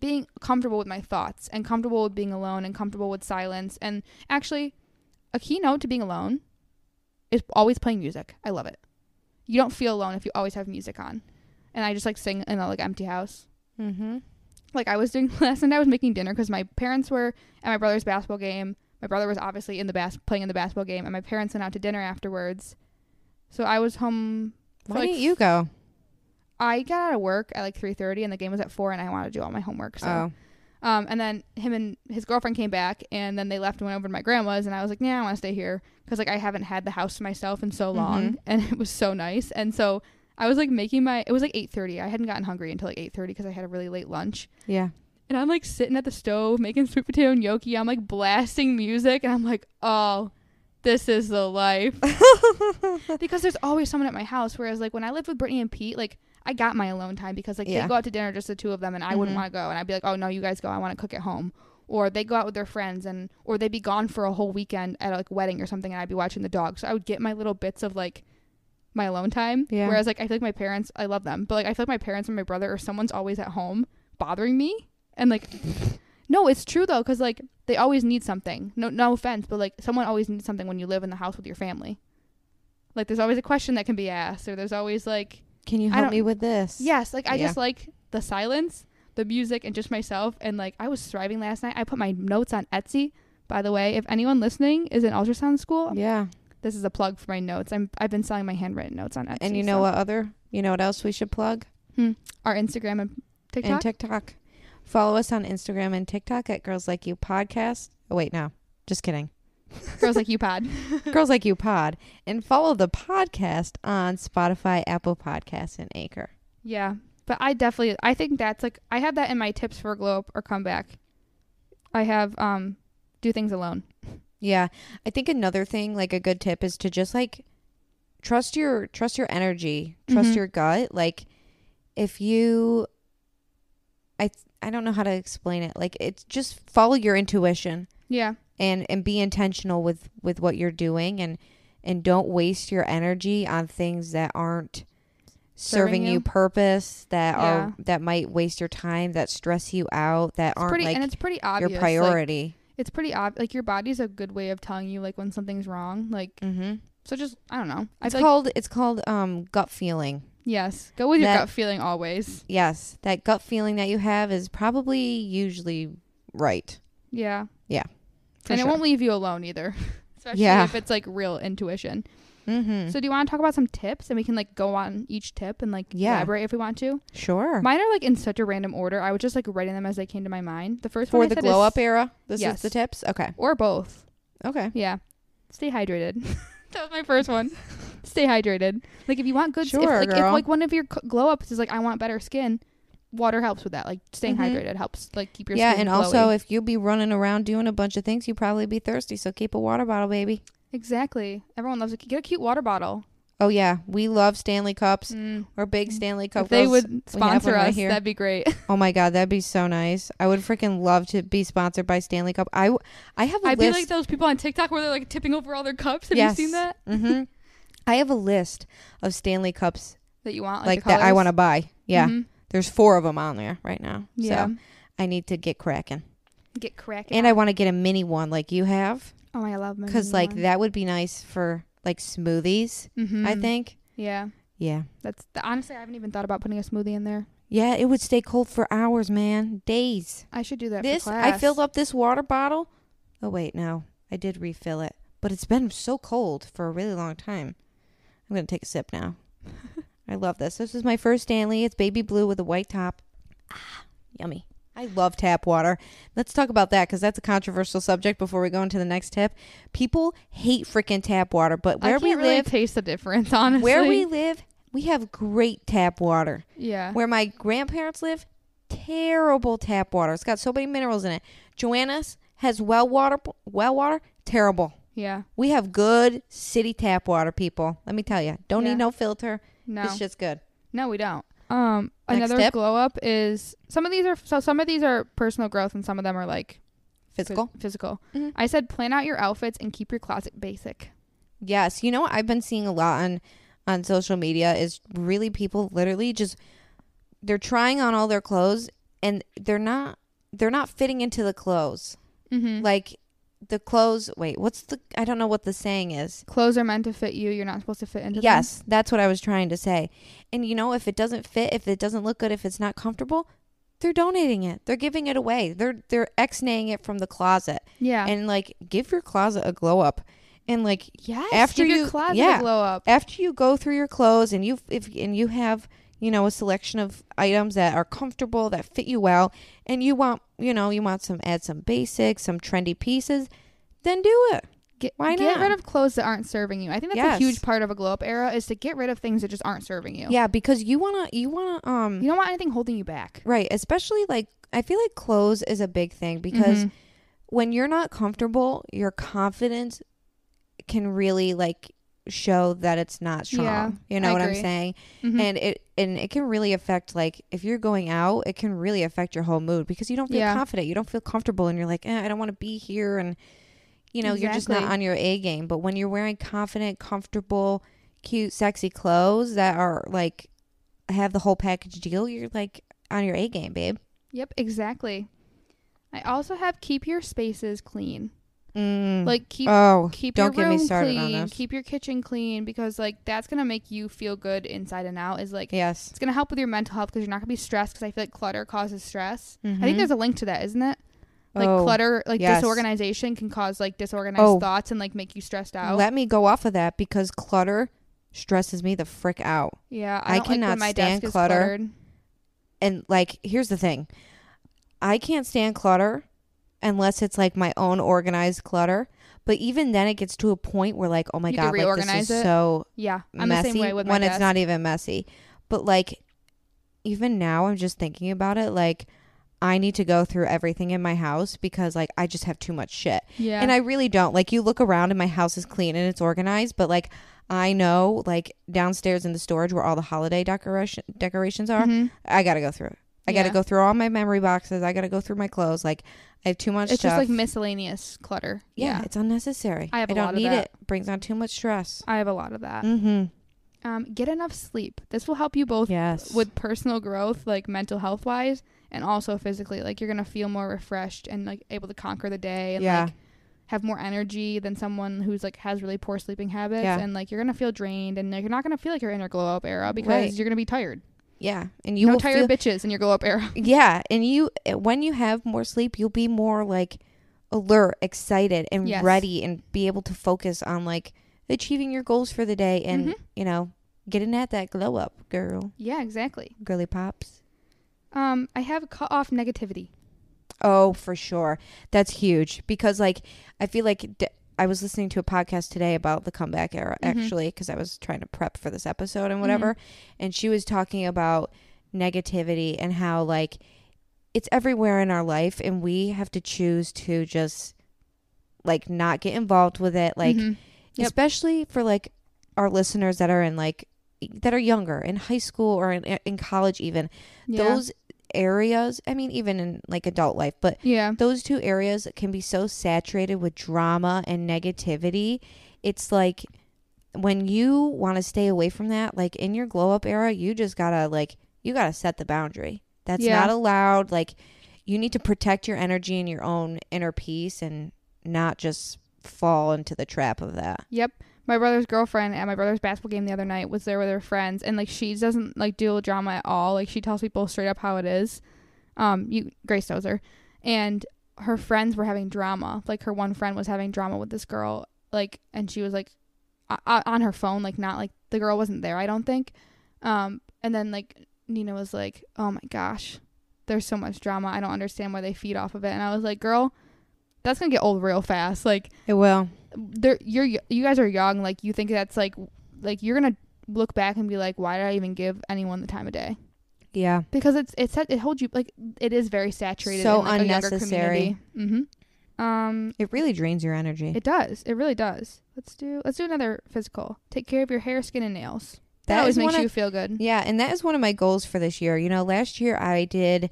[SPEAKER 2] being comfortable with my thoughts and comfortable with being alone and comfortable with silence and actually a keynote to being alone is always playing music. I love it. You don't feel alone if you always have music on. And I just like sing in a like empty house.
[SPEAKER 1] Mm-hmm.
[SPEAKER 2] Like I was doing last night I was making dinner cuz my parents were at my brother's basketball game. My brother was obviously in the bas- playing in the basketball game and my parents went out to dinner afterwards. So I was home for,
[SPEAKER 1] Why
[SPEAKER 2] like,
[SPEAKER 1] didn't you go?
[SPEAKER 2] I got out of work at like 3:30 and the game was at 4 and I wanted to do all my homework. So
[SPEAKER 1] oh,
[SPEAKER 2] um and then him and his girlfriend came back and then they left and went over to my grandma's and I was like, "Yeah, I want to stay here cuz like I haven't had the house to myself in so long
[SPEAKER 1] Mhm.
[SPEAKER 2] and it was so nice." And so I was like making my it was like 8:30. I hadn't gotten hungry until like 8:30 cuz I had a really late lunch.
[SPEAKER 1] yeah.
[SPEAKER 2] And I'm like sitting at the stove making sweet potato and gnocchi. I'm like blasting music and I'm like, "Oh, this is the life." because there's always someone at my house. Whereas like when I lived with Brittany and Pete, like I got my alone time because like
[SPEAKER 1] Yeah.
[SPEAKER 2] they go out to dinner just the two of them, and I
[SPEAKER 1] Mhm.
[SPEAKER 2] wouldn't want to go, and I'd be like, oh no, you guys go, I want to cook at home. Or they go out with their friends, and or they'd be gone for a whole weekend at like a wedding or something, and I'd be watching the dog. So I would get my little bits of like my alone time.
[SPEAKER 1] Yeah.
[SPEAKER 2] Whereas like I feel like my parents, I love them, but like I feel like my parents and my brother or someone's always at home bothering me, and like no, it's true though, because like they always need something. No, no offense, but like someone always needs something when you live in the house with your family. Like there's always a question that can be asked, or there's always like
[SPEAKER 1] Can you
[SPEAKER 2] I
[SPEAKER 1] help
[SPEAKER 2] don't-
[SPEAKER 1] me with this?
[SPEAKER 2] yes, like I
[SPEAKER 1] Yeah.
[SPEAKER 2] just like the silence, the music, and just myself. And like I was thriving last night. I put my notes on Etsy. By the way, if anyone listening is in ultrasound school,
[SPEAKER 1] Yeah.
[SPEAKER 2] this is a plug for my notes. I'm I've been selling my handwritten notes on Etsy.
[SPEAKER 1] And you know
[SPEAKER 2] so-
[SPEAKER 1] what other? You know what else we should plug?
[SPEAKER 2] Our Instagram and TikTok.
[SPEAKER 1] And TikTok. Follow us on Instagram and TikTok at Girls Like You Podcast. Oh, wait, no. Just kidding.
[SPEAKER 2] Girls like you pod.
[SPEAKER 1] Girls Like You Pod. And follow the podcast on Spotify, Apple Podcasts, and Anchor.
[SPEAKER 2] Yeah, but I definitely I think that's like I have that in my tips for glow up or comeback. I have um do things alone.
[SPEAKER 1] Yeah. I think another thing, like a good tip is to just like trust your trust your energy, trust
[SPEAKER 2] Mhm.
[SPEAKER 1] your gut. Like if you I I don't know how to explain it. Like it's just follow your intuition
[SPEAKER 2] Yeah,
[SPEAKER 1] and and be intentional with with what you're doing and and don't waste your energy on things that aren't
[SPEAKER 2] Serving
[SPEAKER 1] serving you
[SPEAKER 2] you.
[SPEAKER 1] purpose that are that might waste your time that stress you out that aren't
[SPEAKER 2] pretty
[SPEAKER 1] like
[SPEAKER 2] and it's pretty
[SPEAKER 1] your
[SPEAKER 2] obvious. like,
[SPEAKER 1] priority
[SPEAKER 2] it's pretty obvious. Like your body's a good way of telling you like when something's wrong. Like
[SPEAKER 1] mm-hmm.
[SPEAKER 2] so, just I don't know. I
[SPEAKER 1] it's
[SPEAKER 2] feel like,
[SPEAKER 1] called it's called um gut feeling
[SPEAKER 2] yes, go with your
[SPEAKER 1] that-
[SPEAKER 2] gut feeling always.
[SPEAKER 1] Yes, that gut feeling that you have is probably usually right.
[SPEAKER 2] Yeah,
[SPEAKER 1] For
[SPEAKER 2] and
[SPEAKER 1] sure.
[SPEAKER 2] it won't leave you alone either. Especially
[SPEAKER 1] Yeah.
[SPEAKER 2] if it's like real intuition.
[SPEAKER 1] Mm-hmm.
[SPEAKER 2] So, do you want to talk about some tips and we can like go on each tip and like
[SPEAKER 1] Yeah.
[SPEAKER 2] elaborate if we want to?
[SPEAKER 1] sure.
[SPEAKER 2] Mine are like in such a random order. I was just like writing them as they came to my mind. The first
[SPEAKER 1] For
[SPEAKER 2] one I
[SPEAKER 1] the
[SPEAKER 2] said
[SPEAKER 1] glow
[SPEAKER 2] is-
[SPEAKER 1] up era, this is
[SPEAKER 2] Yes.
[SPEAKER 1] the tips. Okay.
[SPEAKER 2] or both.
[SPEAKER 1] Okay.
[SPEAKER 2] Yeah, stay hydrated. that was my first one. stay hydrated. Like if you want good, if,
[SPEAKER 1] Sure,
[SPEAKER 2] like,
[SPEAKER 1] girl.
[SPEAKER 2] if like one of your c- glow ups is like I want better skin, water helps with that. Like staying
[SPEAKER 1] Mhm.
[SPEAKER 2] hydrated helps like keep your
[SPEAKER 1] yeah,
[SPEAKER 2] skin
[SPEAKER 1] and also
[SPEAKER 2] glowy.
[SPEAKER 1] if you be running around doing a bunch of things, you probably be thirsty. So keep a water bottle, baby.
[SPEAKER 2] exactly. Everyone loves to get a cute water bottle.
[SPEAKER 1] Oh yeah, we love Stanley cups.
[SPEAKER 2] Mm.
[SPEAKER 1] We're big Stanley cup.
[SPEAKER 2] If they
[SPEAKER 1] girls.
[SPEAKER 2] would sponsor
[SPEAKER 1] one right
[SPEAKER 2] us,
[SPEAKER 1] here.
[SPEAKER 2] that'd be great.
[SPEAKER 1] Oh my god, that'd be so nice. I would freaking love to be sponsored by Stanley Cup. I w- I have a
[SPEAKER 2] I'd be
[SPEAKER 1] list.
[SPEAKER 2] like those people on TikTok where they're like tipping over all their cups. Have you seen that?
[SPEAKER 1] hmm I have a list of Stanley cups
[SPEAKER 2] That you want
[SPEAKER 1] like that I want to buy. Yeah.
[SPEAKER 2] Mhm.
[SPEAKER 1] There's four of them on there right now.
[SPEAKER 2] Yeah.
[SPEAKER 1] So I need to get cracking.
[SPEAKER 2] Get cracking.
[SPEAKER 1] And I want to get a mini one like you have
[SPEAKER 2] oh my, I love my
[SPEAKER 1] because,
[SPEAKER 2] mini
[SPEAKER 1] like,
[SPEAKER 2] one.
[SPEAKER 1] that would be nice for like smoothies, I
[SPEAKER 2] Mhm.
[SPEAKER 1] think.
[SPEAKER 2] Yeah,
[SPEAKER 1] Yeah.
[SPEAKER 2] that's th- honestly I haven't even thought about putting a smoothie in there.
[SPEAKER 1] Yeah, it would stay cold for hours, man. Days.
[SPEAKER 2] I should do that.
[SPEAKER 1] This,
[SPEAKER 2] for
[SPEAKER 1] I
[SPEAKER 2] class.
[SPEAKER 1] filled up this water bottle. Oh, wait, no. I did refill it, but it's been so cold for a really long time. I'm going to take a sip now. I love this. This is my first Stanley. It's baby blue with a white top. Ah, yummy. I love tap water. Let's talk about that because that's a controversial subject before we go into the next tip. People hate freaking tap water, but where
[SPEAKER 2] I
[SPEAKER 1] we
[SPEAKER 2] can't really
[SPEAKER 1] live,
[SPEAKER 2] taste the difference, honestly.
[SPEAKER 1] where we live, we have great tap water.
[SPEAKER 2] yeah,
[SPEAKER 1] Uh-huh. Where my grandparents live, terrible tap water. It's got so many minerals in it. Joanna's has well water, well water, terrible.
[SPEAKER 2] yeah,
[SPEAKER 1] We have good city tap water, people. Let me tell you, don't
[SPEAKER 2] Yeah.
[SPEAKER 1] need no filter.
[SPEAKER 2] no,
[SPEAKER 1] This shit's good.
[SPEAKER 2] no, we don't. Um,
[SPEAKER 1] Next
[SPEAKER 2] another
[SPEAKER 1] tip.
[SPEAKER 2] glow up is some of these are so some of these are personal growth and some of them are like phys-
[SPEAKER 1] Physical.
[SPEAKER 2] Physical.
[SPEAKER 1] Mhm.
[SPEAKER 2] I said plan out your outfits and keep your closet basic.
[SPEAKER 1] Yes, you know what I've been seeing a lot on on social media is really people literally just they're trying on all their clothes and they're not they're not fitting into the clothes.
[SPEAKER 2] Mm-hmm. Like
[SPEAKER 1] Like the clothes, wait, what's the I don't know what the saying is.
[SPEAKER 2] clothes are meant to fit you. You're not supposed to fit into them.
[SPEAKER 1] Yes, that's what I was trying to say. And you know, if it doesn't fit, if it doesn't look good, if it's not comfortable, they're donating it. They're giving it away. They're they're ex-naying it from the closet.
[SPEAKER 2] Yeah.
[SPEAKER 1] And like give your closet a glow up. And like
[SPEAKER 2] yes.
[SPEAKER 1] after
[SPEAKER 2] give
[SPEAKER 1] you-
[SPEAKER 2] your closet
[SPEAKER 1] yeah.
[SPEAKER 2] a glow up.
[SPEAKER 1] after you go through your clothes and you if and you have you know a selection of items that are comfortable that fit you well and you want you know you want some add some basics some trendy pieces then do it
[SPEAKER 2] Get,
[SPEAKER 1] Why
[SPEAKER 2] get
[SPEAKER 1] not?
[SPEAKER 2] rid of clothes that aren't serving you. I think that's
[SPEAKER 1] Yes.
[SPEAKER 2] a huge part of a glow up era is to get rid of things that just aren't serving you.
[SPEAKER 1] yeah because you want to you want to um
[SPEAKER 2] You don't want anything holding you back.
[SPEAKER 1] right especially like i feel like clothes is a big thing because
[SPEAKER 2] Mhm.
[SPEAKER 1] when you're not comfortable your confidence can really like show that it's not strong
[SPEAKER 2] Yeah,
[SPEAKER 1] you know
[SPEAKER 2] I
[SPEAKER 1] what i'm
[SPEAKER 2] agree.
[SPEAKER 1] saying
[SPEAKER 2] Mhm.
[SPEAKER 1] and it and it can really affect like if you're going out it can really affect your whole mood because you don't feel
[SPEAKER 2] Yeah.
[SPEAKER 1] confident you don't feel comfortable and you're like eh, i don't want to be here and you know you're just not
[SPEAKER 2] Exactly.
[SPEAKER 1] on your a game but when you're wearing confident comfortable cute sexy clothes that are like have the whole package deal you're like on your a game babe
[SPEAKER 2] Yep, exactly. I also have keep your spaces clean.
[SPEAKER 1] mm.
[SPEAKER 2] Like keep
[SPEAKER 1] oh
[SPEAKER 2] keep
[SPEAKER 1] don't
[SPEAKER 2] your
[SPEAKER 1] get me
[SPEAKER 2] room
[SPEAKER 1] started on
[SPEAKER 2] clean,
[SPEAKER 1] this.
[SPEAKER 2] keep your kitchen clean because like that's going to make you feel good inside and out is like
[SPEAKER 1] yes
[SPEAKER 2] it's going to help with your mental health because you're not going to be stressed because I feel like clutter causes stress. I
[SPEAKER 1] Mhm.
[SPEAKER 2] think there's a link to that, isn't it? Like
[SPEAKER 1] Oh,
[SPEAKER 2] clutter, like
[SPEAKER 1] yes.
[SPEAKER 2] disorganization can cause like disorganized
[SPEAKER 1] Oh.
[SPEAKER 2] thoughts and like make you stressed out.
[SPEAKER 1] let me go off of that because clutter stresses me the frick out
[SPEAKER 2] yeah,
[SPEAKER 1] I
[SPEAKER 2] I, don't like when
[SPEAKER 1] cannot
[SPEAKER 2] my
[SPEAKER 1] stand
[SPEAKER 2] desk is
[SPEAKER 1] clutter.
[SPEAKER 2] cluttered.
[SPEAKER 1] and like here's the thing i can't stand clutter unless it's like my own organized clutter but even then it gets to a point where like oh my
[SPEAKER 2] You can
[SPEAKER 1] god like this is
[SPEAKER 2] reorganize it.
[SPEAKER 1] so
[SPEAKER 2] Yeah, I'm
[SPEAKER 1] messy
[SPEAKER 2] the same way with
[SPEAKER 1] when
[SPEAKER 2] my
[SPEAKER 1] it's
[SPEAKER 2] desk.
[SPEAKER 1] not even messy but like even now i'm just thinking about it like i need to go through everything in my house because like i just have too much shit
[SPEAKER 2] yeah,
[SPEAKER 1] and I really don't. Like you look around and my house is clean and it's organized, but like I know like downstairs in the storage where all the holiday decoration decorations are,
[SPEAKER 2] Mhm.
[SPEAKER 1] I got to go through. it. I got to
[SPEAKER 2] Yeah.
[SPEAKER 1] go through all my memory boxes. I got to go through my clothes. Like I have too much
[SPEAKER 2] it's
[SPEAKER 1] stuff.
[SPEAKER 2] just like miscellaneous clutter.
[SPEAKER 1] yeah,
[SPEAKER 2] Yeah,
[SPEAKER 1] it's unnecessary.
[SPEAKER 2] I have a
[SPEAKER 1] don't
[SPEAKER 2] lot of
[SPEAKER 1] need
[SPEAKER 2] that. Uh,
[SPEAKER 1] it. Brings on too much stress.
[SPEAKER 2] I have a lot of that.
[SPEAKER 1] Mm-hmm.
[SPEAKER 2] Um, get enough sleep. This will help you both
[SPEAKER 1] Yes.
[SPEAKER 2] with personal growth, like mental health wise, and also physically. Like you're gonna feel more refreshed and like able to conquer the day and
[SPEAKER 1] Yeah.
[SPEAKER 2] like have more energy than someone who's like has really poor sleeping habits.
[SPEAKER 1] Yeah.
[SPEAKER 2] And like you're gonna feel drained and like, you're not gonna feel like your inner glow up era because
[SPEAKER 1] Right.
[SPEAKER 2] you're gonna be tired.
[SPEAKER 1] yeah, and you
[SPEAKER 2] You no
[SPEAKER 1] will
[SPEAKER 2] tired
[SPEAKER 1] feel.
[SPEAKER 2] bitches in your glow up era.
[SPEAKER 1] yeah, and you eh, when you have more sleep, you'll be more like alert, excited, and
[SPEAKER 2] Yes.
[SPEAKER 1] ready, and be able to focus on like achieving your goals for the day, and
[SPEAKER 2] Mhm.
[SPEAKER 1] you know, getting at that glow up, girl,
[SPEAKER 2] yeah, exactly.
[SPEAKER 1] girly pops.
[SPEAKER 2] Um, I have cut off negativity.
[SPEAKER 1] Oh, for sure, that's huge because like I feel like d- I was listening to a podcast today about the comeback era
[SPEAKER 2] Mhm.
[SPEAKER 1] actually because I was trying to prep for this episode and whatever,
[SPEAKER 2] Mm-hmm.
[SPEAKER 1] and she was talking about negativity and how like it's everywhere in our life and we have to choose to just like not get involved with it like
[SPEAKER 2] Mhm. Yep.
[SPEAKER 1] especially for like our listeners that are in like that are younger in high school or in, in college even
[SPEAKER 2] yeah.
[SPEAKER 1] those areas i mean even in like adult life but
[SPEAKER 2] yeah.
[SPEAKER 1] those two areas can be so saturated with drama and negativity. It's like when you want to stay away from that, like in your glow up era, you just gotta like you gotta set the boundary. That's
[SPEAKER 2] Yeah.
[SPEAKER 1] not allowed. Like you need to protect your energy and your own inner peace and not just fall into the trap of that.
[SPEAKER 2] Yep. My brother's girlfriend at my brother's basketball game the other night was there with her friends and like she doesn't like deal with drama at all. Like she tells people straight up how it is. Um, you Grace knows her. And her friends were having drama. Like her one friend was having drama with this girl, like and she was like o- o- on her phone, like not like the girl wasn't there, I don't think. Um, and then like Nina was like, "Oh my gosh, there's so much drama. I don't understand why they feed off of it." And I was like, "Girl, that's gonna get old real fast. Like
[SPEAKER 1] It will.
[SPEAKER 2] there you're you guys are young like you think that's like like you're gonna look back and be like why did i even give anyone the time of day
[SPEAKER 1] Yeah.
[SPEAKER 2] because it's it's it holds you like it is very saturated
[SPEAKER 1] So
[SPEAKER 2] in, like,
[SPEAKER 1] unnecessary.
[SPEAKER 2] hmm um
[SPEAKER 1] It really drains your energy.
[SPEAKER 2] it does it really does let's do let's do another physical take care of your hair skin and nails That, always
[SPEAKER 1] is
[SPEAKER 2] makes
[SPEAKER 1] one of-
[SPEAKER 2] you feel good.
[SPEAKER 1] Yeah, and that is one of my goals for this year. You know, last year I did,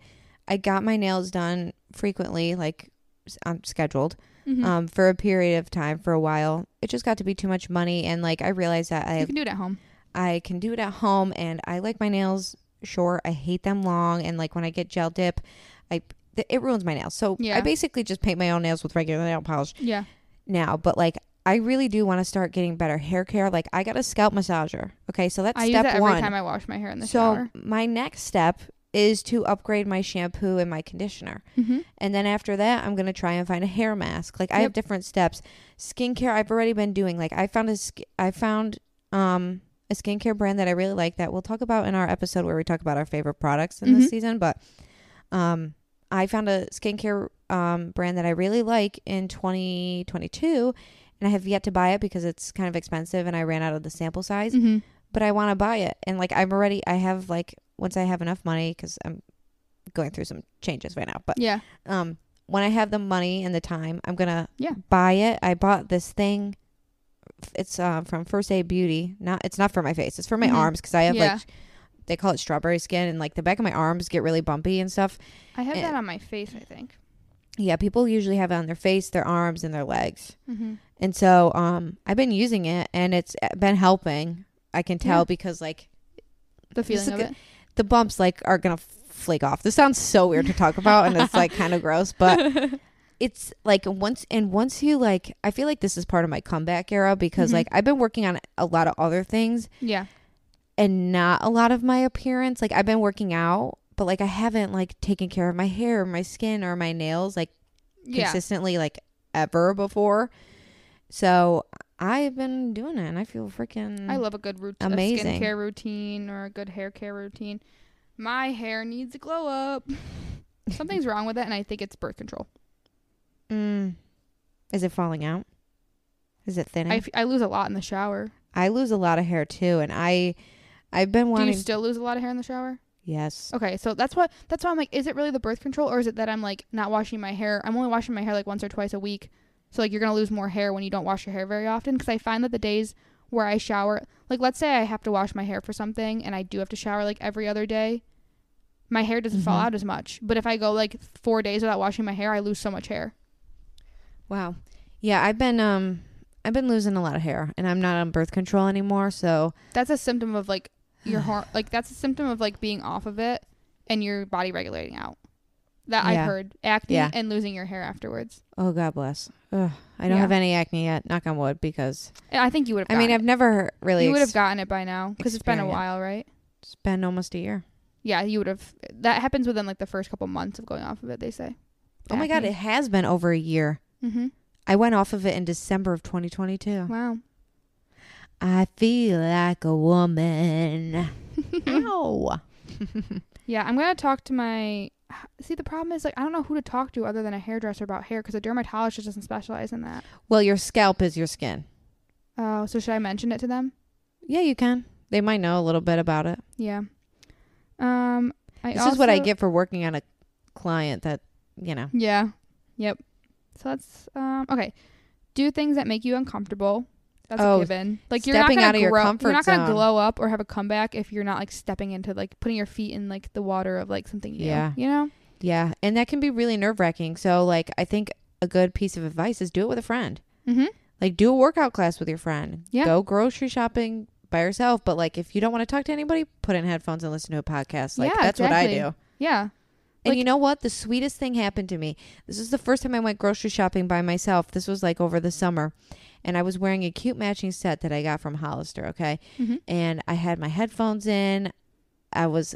[SPEAKER 1] I got my nails done frequently, like s- um, scheduled,
[SPEAKER 2] Mhm.
[SPEAKER 1] um, for a period of time for a while. It just got to be too much money, and like I realized that I
[SPEAKER 2] you can do it at home.
[SPEAKER 1] I can do it at home, and I like my nails short. I hate them long, and like when I get gel dip, I th- it ruins my nails. So
[SPEAKER 2] Yeah.
[SPEAKER 1] I basically just paint my own nails with regular nail polish
[SPEAKER 2] Yeah.
[SPEAKER 1] now. But like I really do want to start getting better hair care. Like I got a scalp massager. Okay, so that's
[SPEAKER 2] I use
[SPEAKER 1] step
[SPEAKER 2] that every
[SPEAKER 1] one
[SPEAKER 2] time I wash my hair in the
[SPEAKER 1] so
[SPEAKER 2] shower.
[SPEAKER 1] my next step is to upgrade my shampoo and my conditioner
[SPEAKER 2] Mm-hmm.
[SPEAKER 1] and then after that i'm going to try and find a hair mask like i have
[SPEAKER 2] Yep.
[SPEAKER 1] different steps skincare i've already been doing like i found a sk- i found um a skincare brand that i really like that we'll talk about in our episode where we talk about our favorite products in
[SPEAKER 2] Mhm.
[SPEAKER 1] this season but um i found a skincare um brand that i really like in 2022 and i have yet to buy it because it's kind of expensive and i ran out of the sample size
[SPEAKER 2] Mm-hmm.
[SPEAKER 1] but I want to buy it. And like I'm already, I have like once I have enough money because I'm going through some changes right now. But
[SPEAKER 2] Yeah.
[SPEAKER 1] um, when I have the money and the time, I'm gonna
[SPEAKER 2] Yeah.
[SPEAKER 1] buy it. I bought this thing. It's uh, from First Aid Beauty. Not it's not for my face. It's for my
[SPEAKER 2] Mhm.
[SPEAKER 1] arms because I have
[SPEAKER 2] Yeah.
[SPEAKER 1] like they call it strawberry skin and like the back of my arms get really bumpy and stuff.
[SPEAKER 2] I have
[SPEAKER 1] Eh.
[SPEAKER 2] that on my face, I think.
[SPEAKER 1] Yeah, people usually have it on their face, their arms, and their legs.
[SPEAKER 2] Mm-hmm.
[SPEAKER 1] And so um, I've been using it and it's eh, been helping. I can tell
[SPEAKER 2] Yeah.
[SPEAKER 1] because like
[SPEAKER 2] The
[SPEAKER 1] Just
[SPEAKER 2] feeling of
[SPEAKER 1] look
[SPEAKER 2] it.
[SPEAKER 1] the bumps like are gonna flake off. This sounds so weird to talk about, and it's like kind of gross, but it's like once and once you like, I feel like this is part of my comeback era because
[SPEAKER 2] Mhm.
[SPEAKER 1] like I've been working on a lot of other things
[SPEAKER 2] Yeah.
[SPEAKER 1] and not a lot of my appearance. Like I've been working out, but like I haven't like taken care of my hair, or my skin, or my nails like
[SPEAKER 2] Yeah.
[SPEAKER 1] consistently like ever before. So I've been doing it, and I feel freaking.
[SPEAKER 2] I love a good routine, a
[SPEAKER 1] Mm. Amazing.
[SPEAKER 2] skincare routine or a good hair care routine. My hair needs a glow up. Something's wrong with it, and I think it's birth control.
[SPEAKER 1] Mm. Is it falling out? Is it thinning?
[SPEAKER 2] I, f- I lose a lot in the shower.
[SPEAKER 1] I lose a lot of hair too, and I, I've been
[SPEAKER 2] Do you
[SPEAKER 1] wanting.
[SPEAKER 2] still lose a lot of hair in the shower?
[SPEAKER 1] yes,
[SPEAKER 2] Okay, so that's what that's why I'm like, is it really the birth control, or is it that I'm like not washing my hair? I'm only washing my hair like once or twice a week, so like you're gonna lose more hair when you don't wash your hair very often. Because I find that the days where I shower, like let's say I have to wash my hair for something, and I do have to shower like every other day, my hair doesn't fall
[SPEAKER 1] Mhm.
[SPEAKER 2] out as much. But if I go like four days without washing my hair, I lose so much hair.
[SPEAKER 1] wow, yeah, I've been um, I've been losing a lot of hair, and I'm not on birth control anymore. So
[SPEAKER 2] That's a symptom of like your hor- like that's a symptom of like being off of it and your body regulating out. That
[SPEAKER 1] Yeah.
[SPEAKER 2] I've heard acne
[SPEAKER 1] Yeah.
[SPEAKER 2] and losing your hair afterwards.
[SPEAKER 1] oh God bless. Ugh, I don't
[SPEAKER 2] Yeah.
[SPEAKER 1] have any acne yet. Knock on wood, because
[SPEAKER 2] And I think you would have.
[SPEAKER 1] I mean
[SPEAKER 2] gotten
[SPEAKER 1] I've never really.
[SPEAKER 2] you would have
[SPEAKER 1] ex-
[SPEAKER 2] gotten it by now because it's been a
[SPEAKER 1] experience.
[SPEAKER 2] while, right?
[SPEAKER 1] It's been almost a year.
[SPEAKER 2] Yeah, you would have. That happens within like the first couple months of going off of it. They say.
[SPEAKER 1] Oh my God, it has been over a year.
[SPEAKER 2] Mm-hmm.
[SPEAKER 1] I went off of it in December of 2022.
[SPEAKER 2] Wow.
[SPEAKER 1] I feel like a woman. Ow.
[SPEAKER 2] Yeah, I'm gonna talk to my. See, the problem is like I don't know who to talk to other than a hairdresser about hair because a dermatologist doesn't specialize in that.
[SPEAKER 1] Well, your scalp is your skin.
[SPEAKER 2] Oh, so should I mention it to them?
[SPEAKER 1] Yeah, you can. They might know a little bit about it.
[SPEAKER 2] Yeah. Um. I
[SPEAKER 1] This is what I
[SPEAKER 2] also-
[SPEAKER 1] get for working on a client that, you know.
[SPEAKER 2] Yeah. Yep. So that's um okay. Do things that make you uncomfortable. That's
[SPEAKER 1] Oh,
[SPEAKER 2] a given. Like you're not
[SPEAKER 1] stepping
[SPEAKER 2] gonna
[SPEAKER 1] out of your
[SPEAKER 2] grow,
[SPEAKER 1] comfort
[SPEAKER 2] You're not gonna
[SPEAKER 1] zone.
[SPEAKER 2] glow up or have a comeback if you're not like stepping into like putting your feet in like the water of like something new.
[SPEAKER 1] Yeah.
[SPEAKER 2] You know.
[SPEAKER 1] Yeah. And that can be really nerve wracking. So, like, I think a good piece of advice is do it with a friend.
[SPEAKER 2] Mm-hmm.
[SPEAKER 1] Like, do a workout class with your friend.
[SPEAKER 2] Yeah.
[SPEAKER 1] Go grocery shopping by yourself. But, like, if you don't want to talk to anybody, put in headphones and listen to a podcast. Like,
[SPEAKER 2] Yeah,
[SPEAKER 1] that's
[SPEAKER 2] exactly.
[SPEAKER 1] what I do.
[SPEAKER 2] Yeah.
[SPEAKER 1] And
[SPEAKER 2] Like-
[SPEAKER 1] you know what? The sweetest thing happened to me. This is the first time I went grocery shopping by myself. This was like over the summer. And I was wearing a cute matching set that I got from Hollister. Okay.
[SPEAKER 2] Mm-hmm.
[SPEAKER 1] and I had my headphones in. I was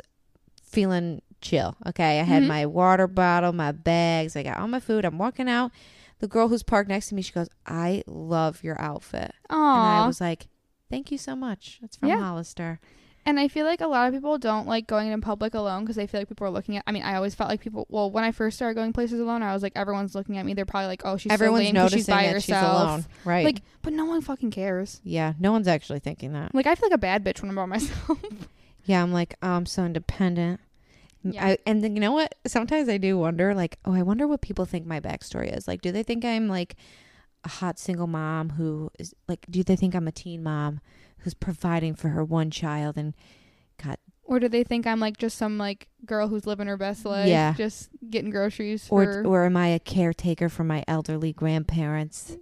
[SPEAKER 1] feeling chill. Okay. I had
[SPEAKER 2] Mhm.
[SPEAKER 1] my water bottle, my bags. I got all my food. I'm walking out. The girl who's parked next to me, she goes, I love your outfit. And I
[SPEAKER 2] Aw.
[SPEAKER 1] was like, Thank you so much. It's from
[SPEAKER 2] Yeah.
[SPEAKER 1] Hollister.
[SPEAKER 2] And I feel like a lot of people don't like going in public alone because they feel like people are looking at. I mean, I always felt like people. Well, when I first started going places alone, I was like, everyone's looking at me. They're probably like, oh, she's
[SPEAKER 1] Everyone's
[SPEAKER 2] so lame 'cause
[SPEAKER 1] noticing
[SPEAKER 2] she's by
[SPEAKER 1] that
[SPEAKER 2] herself.
[SPEAKER 1] she's alone. Right.
[SPEAKER 2] Like, but no one fucking cares.
[SPEAKER 1] yeah. No one's actually thinking that.
[SPEAKER 2] Like, I feel like a bad bitch when I'm by myself.
[SPEAKER 1] Yeah. I'm like, oh, I'm so independent.
[SPEAKER 2] Yeah.
[SPEAKER 1] I, and then you know what? Sometimes I do wonder, like, oh, I wonder what people think my backstory is. Like, do they think I'm like a hot single mom who is like, do they think I'm a teen mom who's providing for her one child? And God,
[SPEAKER 2] Or do they think I'm like just some like girl who's living her best life?
[SPEAKER 1] Yeah.
[SPEAKER 2] Just getting groceries
[SPEAKER 1] or,
[SPEAKER 2] for.
[SPEAKER 1] or am I a caretaker for my elderly grandparents?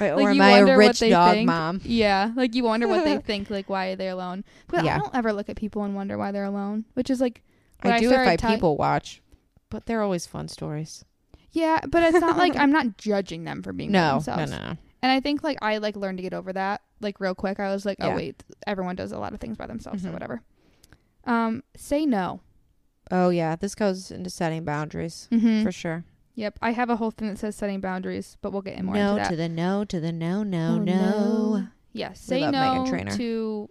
[SPEAKER 1] Or, or
[SPEAKER 2] you
[SPEAKER 1] am I a
[SPEAKER 2] wonder what
[SPEAKER 1] rich
[SPEAKER 2] they
[SPEAKER 1] dog
[SPEAKER 2] think.
[SPEAKER 1] mom?
[SPEAKER 2] yeah. Like you wonder what they think, like why they're alone. But
[SPEAKER 1] Yeah.
[SPEAKER 2] I don't ever look at people and wonder why they're alone, which is like, When
[SPEAKER 1] I
[SPEAKER 2] I
[SPEAKER 1] do if
[SPEAKER 2] started
[SPEAKER 1] I
[SPEAKER 2] tell-
[SPEAKER 1] people watch, but they're always fun stories.
[SPEAKER 2] yeah, but it's not like I'm not judging them for being by
[SPEAKER 1] No, no,
[SPEAKER 2] themselves.
[SPEAKER 1] no.
[SPEAKER 2] And I think like I like learned to get over that like real quick. I was like, oh
[SPEAKER 1] Yeah.
[SPEAKER 2] wait, everyone does a lot of things by themselves,
[SPEAKER 1] Mhm.
[SPEAKER 2] so whatever. Um, say no.
[SPEAKER 1] Oh yeah, this goes into setting boundaries
[SPEAKER 2] Mm-hmm.
[SPEAKER 1] for sure.
[SPEAKER 2] Yep, I have a whole thing that says setting boundaries, but we'll get in more
[SPEAKER 1] no
[SPEAKER 2] into that.
[SPEAKER 1] to the no to the no no
[SPEAKER 2] Oh,
[SPEAKER 1] no.
[SPEAKER 2] Yes, say
[SPEAKER 1] love Meghan
[SPEAKER 2] no
[SPEAKER 1] Trainor.
[SPEAKER 2] to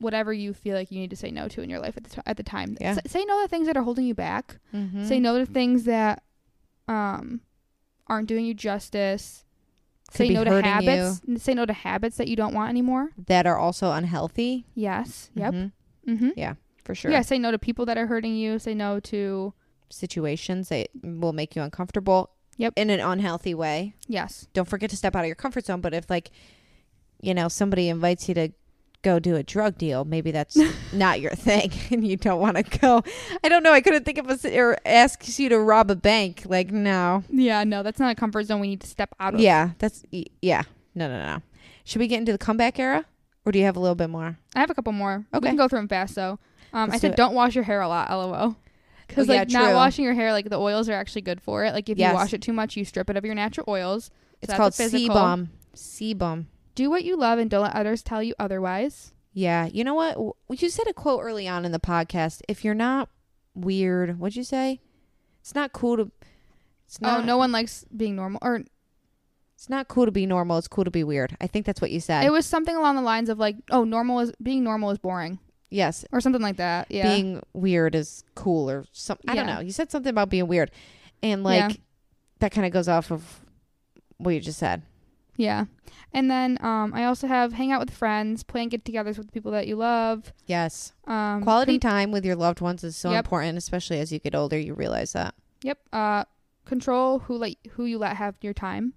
[SPEAKER 2] whatever you feel like you need to say no to in your life at the, t- at the time.
[SPEAKER 1] Yeah.
[SPEAKER 2] S- say no to things that are holding you back.
[SPEAKER 1] Mhm.
[SPEAKER 2] Say no to things that um aren't doing you justice.
[SPEAKER 1] Could
[SPEAKER 2] say
[SPEAKER 1] be
[SPEAKER 2] no to
[SPEAKER 1] hurting
[SPEAKER 2] habits. N- Say no to habits that you don't want anymore.
[SPEAKER 1] that are also unhealthy.
[SPEAKER 2] Yes. Yep.
[SPEAKER 1] Mhm,
[SPEAKER 2] Mm-hmm.
[SPEAKER 1] for sure.
[SPEAKER 2] Yeah, say no to people that are hurting you. Say no to
[SPEAKER 1] Situations that will make you uncomfortable.
[SPEAKER 2] Yep.
[SPEAKER 1] In an unhealthy way.
[SPEAKER 2] yes.
[SPEAKER 1] Don't forget to step out of your comfort zone. But if like, you know, somebody invites you to go do a drug deal, maybe that's not your thing, and you don't want to go. I don't know. I couldn't think of a s- or asks you to rob a bank. Like no.
[SPEAKER 2] Yeah, no, that's not a comfort zone. We need to step out of.
[SPEAKER 1] Yeah. That's y- yeah. No, no, no. Should we get into the comeback era, or do you have a little bit more?
[SPEAKER 2] I have a couple more.
[SPEAKER 1] Okay.
[SPEAKER 2] We can go through them fast though. Um,
[SPEAKER 1] Let's
[SPEAKER 2] I
[SPEAKER 1] do
[SPEAKER 2] said
[SPEAKER 1] it.
[SPEAKER 2] don't wash your hair a lot, lol. Because
[SPEAKER 1] Oh, yeah,
[SPEAKER 2] like not
[SPEAKER 1] true.
[SPEAKER 2] washing your hair, like the oils are actually good for it. Like if
[SPEAKER 1] Yes.
[SPEAKER 2] you wash it too much, you strip it of your natural oils. So
[SPEAKER 1] It's
[SPEAKER 2] that's a
[SPEAKER 1] called
[SPEAKER 2] physical.
[SPEAKER 1] sebum. Sebum.
[SPEAKER 2] Do what you love and don't let others tell you otherwise.
[SPEAKER 1] Yeah. You know what? W- You said a quote early on in the podcast. If you're not weird, what'd you say? It's not cool to. It's not,
[SPEAKER 2] Oh, no one likes being normal. Or
[SPEAKER 1] It's not cool to be normal. It's cool to be weird. I think that's what you said.
[SPEAKER 2] it was something along the lines of like, oh, normal is being normal is boring,
[SPEAKER 1] yes.
[SPEAKER 2] or something like that. Yeah.
[SPEAKER 1] Being weird is cool or something. I don't
[SPEAKER 2] Yeah.
[SPEAKER 1] know. You said something about being weird. And like,
[SPEAKER 2] Yeah.
[SPEAKER 1] that kind of goes off of what you just said.
[SPEAKER 2] Yeah. And then um, I also have hang out with friends, plan get-togethers with people that you love.
[SPEAKER 1] Yes.
[SPEAKER 2] Um,
[SPEAKER 1] Quality time with your loved ones is so
[SPEAKER 2] Yep.
[SPEAKER 1] important, especially as you get older. You realize that.
[SPEAKER 2] Yep. Uh, control who like who you let have your time.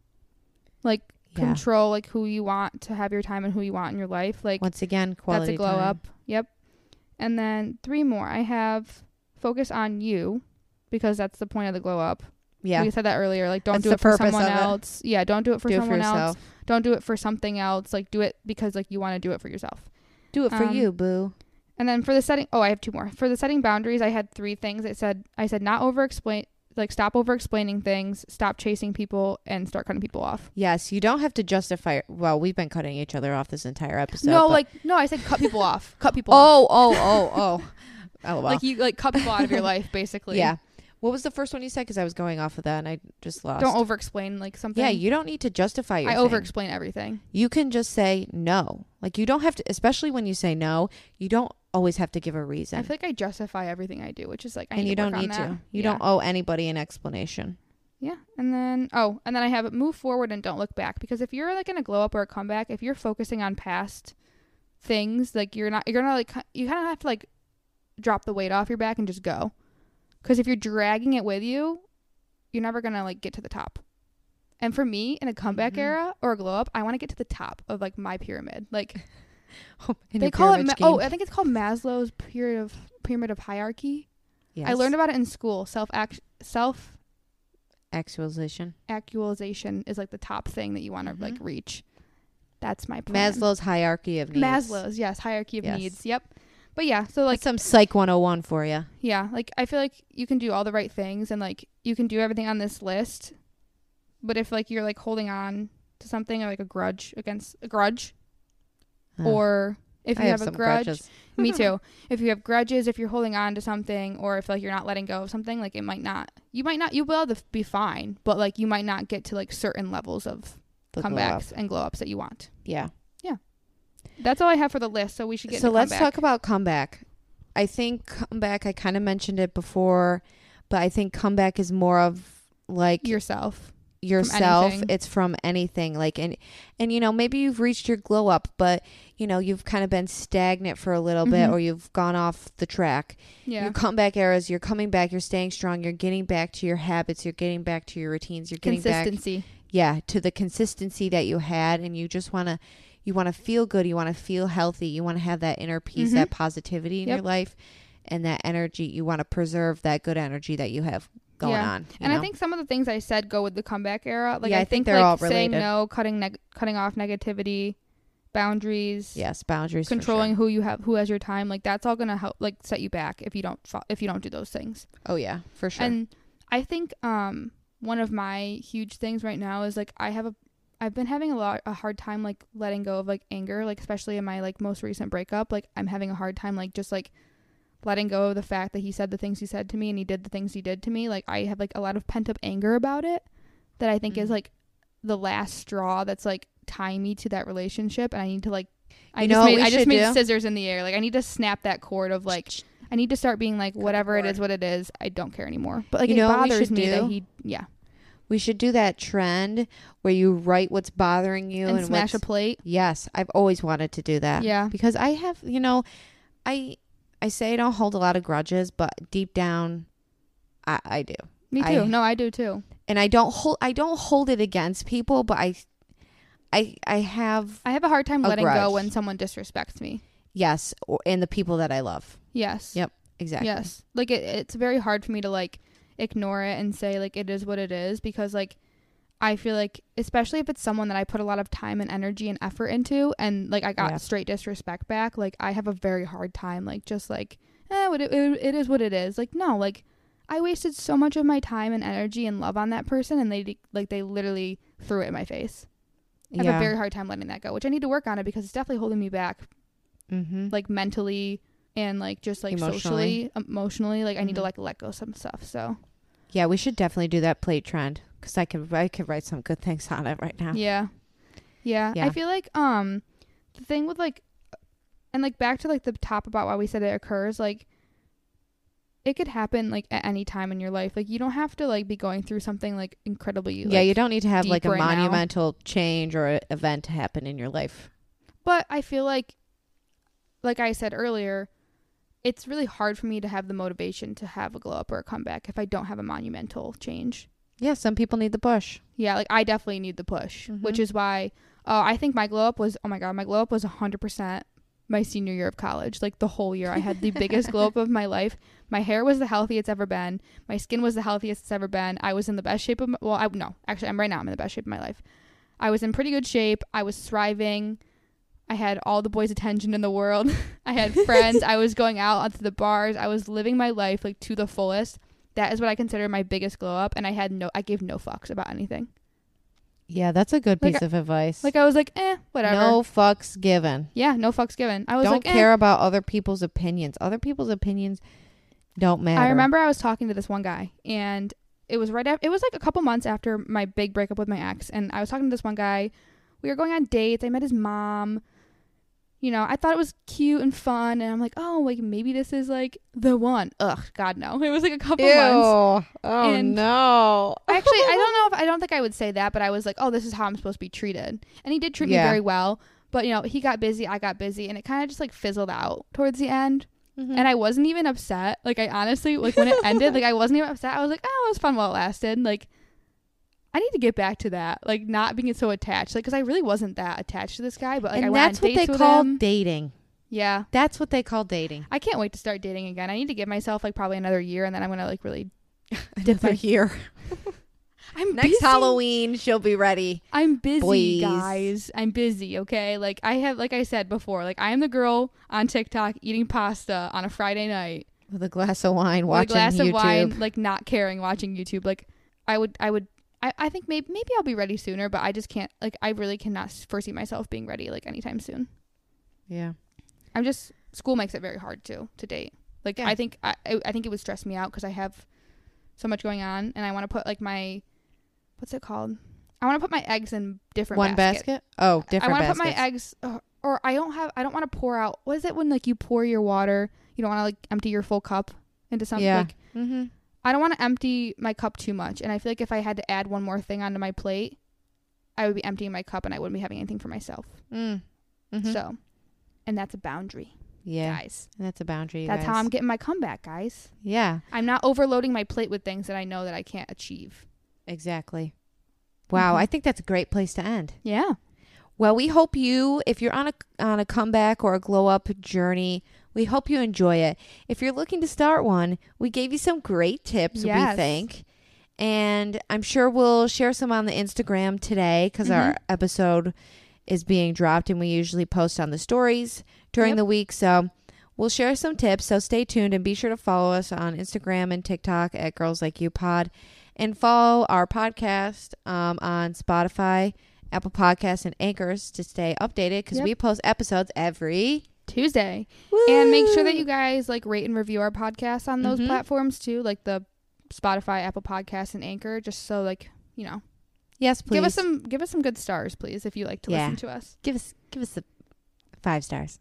[SPEAKER 2] Like
[SPEAKER 1] Yeah.
[SPEAKER 2] control like who you want to have your time and who you want in your life. Like
[SPEAKER 1] Once again,
[SPEAKER 2] that's a
[SPEAKER 1] quality
[SPEAKER 2] glow
[SPEAKER 1] time.
[SPEAKER 2] up. Yep. And then three more. I have focus on you because that's the point of the glow up.
[SPEAKER 1] Yeah.
[SPEAKER 2] We said that earlier. Like don't
[SPEAKER 1] That's
[SPEAKER 2] do
[SPEAKER 1] the
[SPEAKER 2] it for
[SPEAKER 1] purpose
[SPEAKER 2] someone
[SPEAKER 1] of it.
[SPEAKER 2] else. Yeah, don't do it for
[SPEAKER 1] do it for
[SPEAKER 2] someone
[SPEAKER 1] yourself.
[SPEAKER 2] else. Don't do it for something else. Like do it because like you want to do it for yourself.
[SPEAKER 1] Do it for
[SPEAKER 2] Um,
[SPEAKER 1] you, boo.
[SPEAKER 2] And then for the setting, oh, I have two more. For the setting boundaries, I had three things. It said I said not over explain, like stop over explaining things, stop chasing people, and start cutting people off.
[SPEAKER 1] Yes, you don't have to justify. Well, we've been cutting each other off this entire episode.
[SPEAKER 2] no,
[SPEAKER 1] but-
[SPEAKER 2] like no, I said cut people off, cut people
[SPEAKER 1] oh,
[SPEAKER 2] off.
[SPEAKER 1] oh, oh, oh, oh. Well,
[SPEAKER 2] Like you like cut people out of your life, basically.
[SPEAKER 1] yeah. What was the first one you said? Because I was going off of that and I just lost.
[SPEAKER 2] Don't over explain like something.
[SPEAKER 1] yeah, you don't need to justify your.
[SPEAKER 2] I
[SPEAKER 1] thing.
[SPEAKER 2] over explain everything.
[SPEAKER 1] You can just say no. Like you don't have to, especially when you say no, you don't always have to give a reason,
[SPEAKER 2] I feel like I justify everything I do, which is like I
[SPEAKER 1] and
[SPEAKER 2] need
[SPEAKER 1] you
[SPEAKER 2] to
[SPEAKER 1] don't
[SPEAKER 2] work on
[SPEAKER 1] need
[SPEAKER 2] that.
[SPEAKER 1] to. You
[SPEAKER 2] Yeah.
[SPEAKER 1] don't owe anybody an explanation.
[SPEAKER 2] Yeah. And then, oh, and then I have move forward and don't look back because if you're like in a glow up or a comeback, if you're focusing on past things, like you're not, you're gonna like, ki- you kind of have to like drop the weight off your back and just go. Because if you're dragging it with you, you're never gonna like get to the top. And for me, in a comeback
[SPEAKER 1] Mhm.
[SPEAKER 2] era or a glow up, I want to get to the top of like my pyramid. Like
[SPEAKER 1] In
[SPEAKER 2] they
[SPEAKER 1] your
[SPEAKER 2] call it,
[SPEAKER 1] pyramid
[SPEAKER 2] Ma-
[SPEAKER 1] scheme.
[SPEAKER 2] oh, I think it's called Maslow's pyramid of pyramid of hierarchy. I
[SPEAKER 1] Yes.
[SPEAKER 2] learned about it in school. Self act, self
[SPEAKER 1] actualization.
[SPEAKER 2] actualization is like the top thing that you want to
[SPEAKER 1] Mhm.
[SPEAKER 2] like reach. That's my plan.
[SPEAKER 1] Maslow's hierarchy of needs.
[SPEAKER 2] Maslow's, yes, hierarchy of
[SPEAKER 1] Yes.
[SPEAKER 2] needs. Yep. But yeah, so like
[SPEAKER 1] That's some psych 101 for you.
[SPEAKER 2] yeah, like I feel like you can do all the right things and like you can do everything on this list. But if like you're like holding on to something or like a grudge against a grudge or if you have, a grudge, me too. If you have grudges, if you're holding on to something or if like you're not letting go of something, like it might not you might not you will have to be fine, but like you might not get to like certain levels of
[SPEAKER 1] The glow up.
[SPEAKER 2] comebacks and glow ups that you want.
[SPEAKER 1] Yeah.
[SPEAKER 2] That's all I have for the list. So we should get.
[SPEAKER 1] So
[SPEAKER 2] into
[SPEAKER 1] let's
[SPEAKER 2] comeback.
[SPEAKER 1] talk about comeback. I think comeback, I kind of mentioned it before, but I think comeback is more of like
[SPEAKER 2] yourself.
[SPEAKER 1] yourself.
[SPEAKER 2] anything.
[SPEAKER 1] it's from anything. Like, and, and, you know, maybe you've reached your glow up, but, you know, you've kind of been stagnant for a little bit
[SPEAKER 2] Mhm.
[SPEAKER 1] or you've gone off the track.
[SPEAKER 2] Yeah.
[SPEAKER 1] Your comeback eras, you're coming back, you're staying strong, you're getting back to your habits, you're getting back to your routines, you're getting back
[SPEAKER 2] Consistency.
[SPEAKER 1] yeah to the consistency that you had and you just want to you want to feel good you want to feel healthy you want to have that inner peace
[SPEAKER 2] Mhm.
[SPEAKER 1] that positivity in
[SPEAKER 2] Yep.
[SPEAKER 1] your life and that energy you want to preserve that good energy that you have going
[SPEAKER 2] Yeah.
[SPEAKER 1] on you
[SPEAKER 2] And I
[SPEAKER 1] know?
[SPEAKER 2] think some of the things I said go with the comeback era. Like
[SPEAKER 1] Yeah,
[SPEAKER 2] I,
[SPEAKER 1] I think
[SPEAKER 2] think,
[SPEAKER 1] they're
[SPEAKER 2] like
[SPEAKER 1] all
[SPEAKER 2] saying
[SPEAKER 1] related.
[SPEAKER 2] no, cutting neg- cutting off negativity, boundaries,
[SPEAKER 1] yes boundaries for sure.
[SPEAKER 2] controlling who you have, who has your time. Like that's all gonna help, like set you back if you don't fo- if you don't do those things.
[SPEAKER 1] oh yeah for sure
[SPEAKER 2] And I think um one of my huge things right now is like I have a I've been having a lot a hard time like letting go of like anger, like especially in my like most recent breakup. Like I'm having a hard time like just like letting go of the fact that he said the things he said to me and he did the things he did to me. Like I have like a lot of pent up anger about it that I think is
[SPEAKER 1] Mhm.
[SPEAKER 2] like the last straw that's like tying me to that relationship and I need to like I
[SPEAKER 1] You know
[SPEAKER 2] just
[SPEAKER 1] what
[SPEAKER 2] made
[SPEAKER 1] we
[SPEAKER 2] I just
[SPEAKER 1] should
[SPEAKER 2] made
[SPEAKER 1] do?
[SPEAKER 2] scissors in the air. Like I need to snap that cord of like I need to start being like whatever it is, what it is. I don't care anymore. But like
[SPEAKER 1] You know
[SPEAKER 2] it
[SPEAKER 1] what we
[SPEAKER 2] bothers
[SPEAKER 1] should
[SPEAKER 2] me
[SPEAKER 1] do?
[SPEAKER 2] that he yeah
[SPEAKER 1] we should do that trend where you write what's bothering you
[SPEAKER 2] and,
[SPEAKER 1] and,
[SPEAKER 2] smash a
[SPEAKER 1] what's-
[SPEAKER 2] plate.
[SPEAKER 1] yes i've always wanted to do that
[SPEAKER 2] Yeah.
[SPEAKER 1] because i have you know i i say i don't hold a lot of grudges but deep down i i do
[SPEAKER 2] Me too.
[SPEAKER 1] I-
[SPEAKER 2] no, I do too.
[SPEAKER 1] and I don't hold I don't hold it against people, but I I I have
[SPEAKER 2] I have a hard time
[SPEAKER 1] A
[SPEAKER 2] letting
[SPEAKER 1] grudge.
[SPEAKER 2] go when someone disrespects me.
[SPEAKER 1] yes, or, and the people that I love.
[SPEAKER 2] Yes.
[SPEAKER 1] Yep. Exactly.
[SPEAKER 2] Yes. Like it, it's very hard for me to like ignore it and say like it is what it is because like I feel like especially if it's someone that I put a lot of time and energy and effort into and like I got
[SPEAKER 1] Yeah.
[SPEAKER 2] straight disrespect back, like I have a very hard time like just like eh, what it, it, it is what it is. Like no, like I wasted so much of my time and energy and love on that person and they like they literally threw it in my face. I have
[SPEAKER 1] Yeah.
[SPEAKER 2] a very hard time letting that go, which I need to work on it because it's definitely holding me back
[SPEAKER 1] mm-hmm.
[SPEAKER 2] like mentally and like just like
[SPEAKER 1] Emotionally.
[SPEAKER 2] socially emotionally like i need to
[SPEAKER 1] Mhm.
[SPEAKER 2] like let go of some stuff so
[SPEAKER 1] yeah, we should definitely do that plate trend because I could I could write some good things on it right now.
[SPEAKER 2] yeah. yeah
[SPEAKER 1] Yeah.
[SPEAKER 2] i feel like um the thing with like and like back to like the top about why we said it occurs like it could happen like at any time in your life like you don't have to like be going through something like incredibly
[SPEAKER 1] Yeah,
[SPEAKER 2] like-
[SPEAKER 1] you don't need to have
[SPEAKER 2] deep
[SPEAKER 1] like a
[SPEAKER 2] right now.
[SPEAKER 1] monumental change or a event happen in your life.
[SPEAKER 2] But I feel like, like I said earlier, it's really hard for me to have the motivation to have a glow up or a comeback if I don't have a monumental change.
[SPEAKER 1] Yeah, some people need the push.
[SPEAKER 2] Yeah, like I definitely need the push, which
[SPEAKER 1] Mhm.
[SPEAKER 2] is why uh, I think my glow up was oh my god, my glow up was 100% my senior year of college. Like the whole year, I had the biggest glow up of my life. My hair was the healthiest it's ever been. My skin was the healthiest it's ever been. I was in the best shape of my, well, I no, actually, I'm right now. I'm in the best shape of my life. I was in pretty good shape. I was thriving. I had all the boys' attention in the world. I had friends. I was going out onto the bars. I was living my life like to the fullest. That is what I consider my biggest glow up, and I had no, I gave no fucks about anything.
[SPEAKER 1] Yeah, that's a good
[SPEAKER 2] Like,
[SPEAKER 1] piece of advice.
[SPEAKER 2] Like I was like, eh, whatever.
[SPEAKER 1] no fucks given.
[SPEAKER 2] Yeah, no fucks given. I was
[SPEAKER 1] Don't
[SPEAKER 2] like, eh.
[SPEAKER 1] care about other people's opinions. Other people's opinions don't matter.
[SPEAKER 2] I remember I was talking to this one guy, and it was right after. It was like a couple months after my big breakup with my ex, and I was talking to this one guy. We were going on dates. I met his mom. You know, I thought it was cute and fun, and I'm like, oh, like maybe this is like the one. Ugh, God no. It was like a couple months.
[SPEAKER 1] Oh
[SPEAKER 2] And-
[SPEAKER 1] no.
[SPEAKER 2] Actually, I don't know if I don't think I would say that, but I was like, oh, this is how I'm supposed to be treated. And he did treat
[SPEAKER 1] Yeah.
[SPEAKER 2] me very well. But, you know, he got busy, I got busy, and it kind of just like fizzled out towards the end.
[SPEAKER 1] Mm-hmm.
[SPEAKER 2] And I wasn't even upset. Like, I honestly, like, when it ended, like, I wasn't even upset. I was like, oh, it was fun while it lasted. Like, I need to get back to that. Like, not being so attached. Like, because I really wasn't that attached to this guy, but like, I
[SPEAKER 1] and that's
[SPEAKER 2] went on
[SPEAKER 1] what
[SPEAKER 2] dates
[SPEAKER 1] they
[SPEAKER 2] with
[SPEAKER 1] call
[SPEAKER 2] him.
[SPEAKER 1] dating.
[SPEAKER 2] yeah.
[SPEAKER 1] That's what they call dating.
[SPEAKER 2] I can't wait to start dating again. I need to give myself, like, probably another year, and then I'm going to, like, really.
[SPEAKER 1] Another
[SPEAKER 2] my-
[SPEAKER 1] year.
[SPEAKER 2] I'm
[SPEAKER 1] Next
[SPEAKER 2] busy.
[SPEAKER 1] Halloween, she'll be ready.
[SPEAKER 2] I'm busy,
[SPEAKER 1] Boys.
[SPEAKER 2] guys. I'm busy, okay? Like I have like I said before, like I am the girl on TikTok eating pasta on a Friday night
[SPEAKER 1] With a glass of wine,
[SPEAKER 2] with a
[SPEAKER 1] watching
[SPEAKER 2] glass
[SPEAKER 1] YouTube.
[SPEAKER 2] of wine, like not caring, watching YouTube. Like I would I would I, I think maybe maybe I'll be ready sooner, but I just can't like I really cannot s- foresee myself being ready like anytime soon.
[SPEAKER 1] Yeah.
[SPEAKER 2] I'm just school makes it very hard too to date. Like
[SPEAKER 1] Yeah.
[SPEAKER 2] I think I I I think it would stress me out because I have so much going on and I want to put like my what's it called? I want to put my eggs in different
[SPEAKER 1] One
[SPEAKER 2] baskets.
[SPEAKER 1] basket? Oh, different
[SPEAKER 2] I
[SPEAKER 1] baskets.
[SPEAKER 2] want to put my eggs, or, or I don't have. I don't want to pour out. What is it when like you pour your water? You don't want to like empty your full cup into something.
[SPEAKER 1] Yeah.
[SPEAKER 2] Like,
[SPEAKER 1] mm-hmm.
[SPEAKER 2] I don't want to empty my cup too much, and I feel like if I had to add one more thing onto my plate, I would be emptying my cup, and I wouldn't be having anything for myself.
[SPEAKER 1] Mm. hmm
[SPEAKER 2] So, and that's a boundary,
[SPEAKER 1] yeah.
[SPEAKER 2] guys.
[SPEAKER 1] And that's a boundary. you
[SPEAKER 2] That's how
[SPEAKER 1] guys.
[SPEAKER 2] I'm getting my comeback, guys.
[SPEAKER 1] Yeah,
[SPEAKER 2] I'm not overloading my plate with things that I know that I can't achieve.
[SPEAKER 1] exactly. Wow,
[SPEAKER 2] Mhm.
[SPEAKER 1] I think that's a great place to end.
[SPEAKER 2] Yeah.
[SPEAKER 1] Well, we hope you, if you're on a on a comeback or a glow up journey, we hope you enjoy it. If you're looking to start one, we gave you some great tips.
[SPEAKER 2] Yes.
[SPEAKER 1] We think, and I'm sure we'll share some on the Instagram today because our
[SPEAKER 2] Mm-hmm.
[SPEAKER 1] episode is being dropped, and we usually post on the stories during
[SPEAKER 2] Yep.
[SPEAKER 1] the week. So we'll share some tips. So stay tuned and be sure to follow us on Instagram and TikTok at Girls Like You Pod, and follow our podcast um, on Spotify. Apple Podcasts and Anchors to stay updated because
[SPEAKER 2] Yep.
[SPEAKER 1] we post episodes every
[SPEAKER 2] Tuesday. And make sure that
[SPEAKER 1] Woo!
[SPEAKER 2] you guys like rate and review our podcast on those
[SPEAKER 1] Mhm.
[SPEAKER 2] platforms too, like the Spotify, Apple Podcasts, and Anchor, just so like, you know,
[SPEAKER 1] yes, please
[SPEAKER 2] give us some give us some good stars, please, if you like to
[SPEAKER 1] Yeah.
[SPEAKER 2] listen to us.
[SPEAKER 1] give us give us the five stars.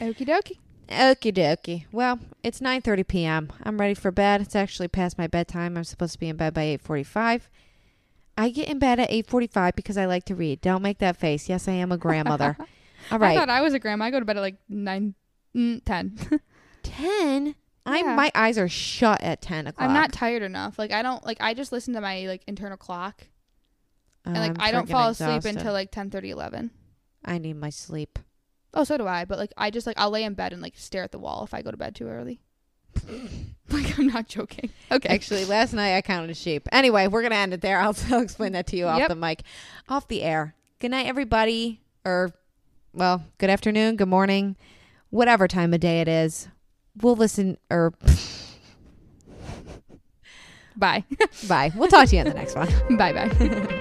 [SPEAKER 2] Okie dokie.
[SPEAKER 1] Okie dokie. Well, it's 9:30 p.m. I'm ready for bed. It's actually past my bedtime. I'm supposed to be in bed by 8:45. I get in bed at 8:45 because I like to read. Don't make that face. Yes, I am a grandmother. All
[SPEAKER 2] I
[SPEAKER 1] right.
[SPEAKER 2] thought I was a grandma. I go to bed at like nine, mm, 10.
[SPEAKER 1] 10. I
[SPEAKER 2] Yeah.
[SPEAKER 1] am my eyes are shut at 10 o'clock.
[SPEAKER 2] I'm not tired enough. Like I don't like I just listen to my like internal clock,
[SPEAKER 1] Oh,
[SPEAKER 2] and like
[SPEAKER 1] I'm
[SPEAKER 2] I don't
[SPEAKER 1] freaking
[SPEAKER 2] fall asleep
[SPEAKER 1] exhausted.
[SPEAKER 2] until like 10, 11.
[SPEAKER 1] I need my sleep.
[SPEAKER 2] Oh, so do I. But like I just like I'll lay in bed and like stare at the wall if I go to bed too early. like I'm not joking. Okay.
[SPEAKER 1] Actually, last night I counted a sheep. Anyway, we're gonna end it there. I'll, I'll explain that to you off
[SPEAKER 2] Yep.
[SPEAKER 1] the mic, off the air. Good night, everybody. Or, well, good afternoon, good morning, whatever time of day it is. We'll listen. Or
[SPEAKER 2] Bye.
[SPEAKER 1] bye. We'll talk to you in the next one.
[SPEAKER 2] bye bye.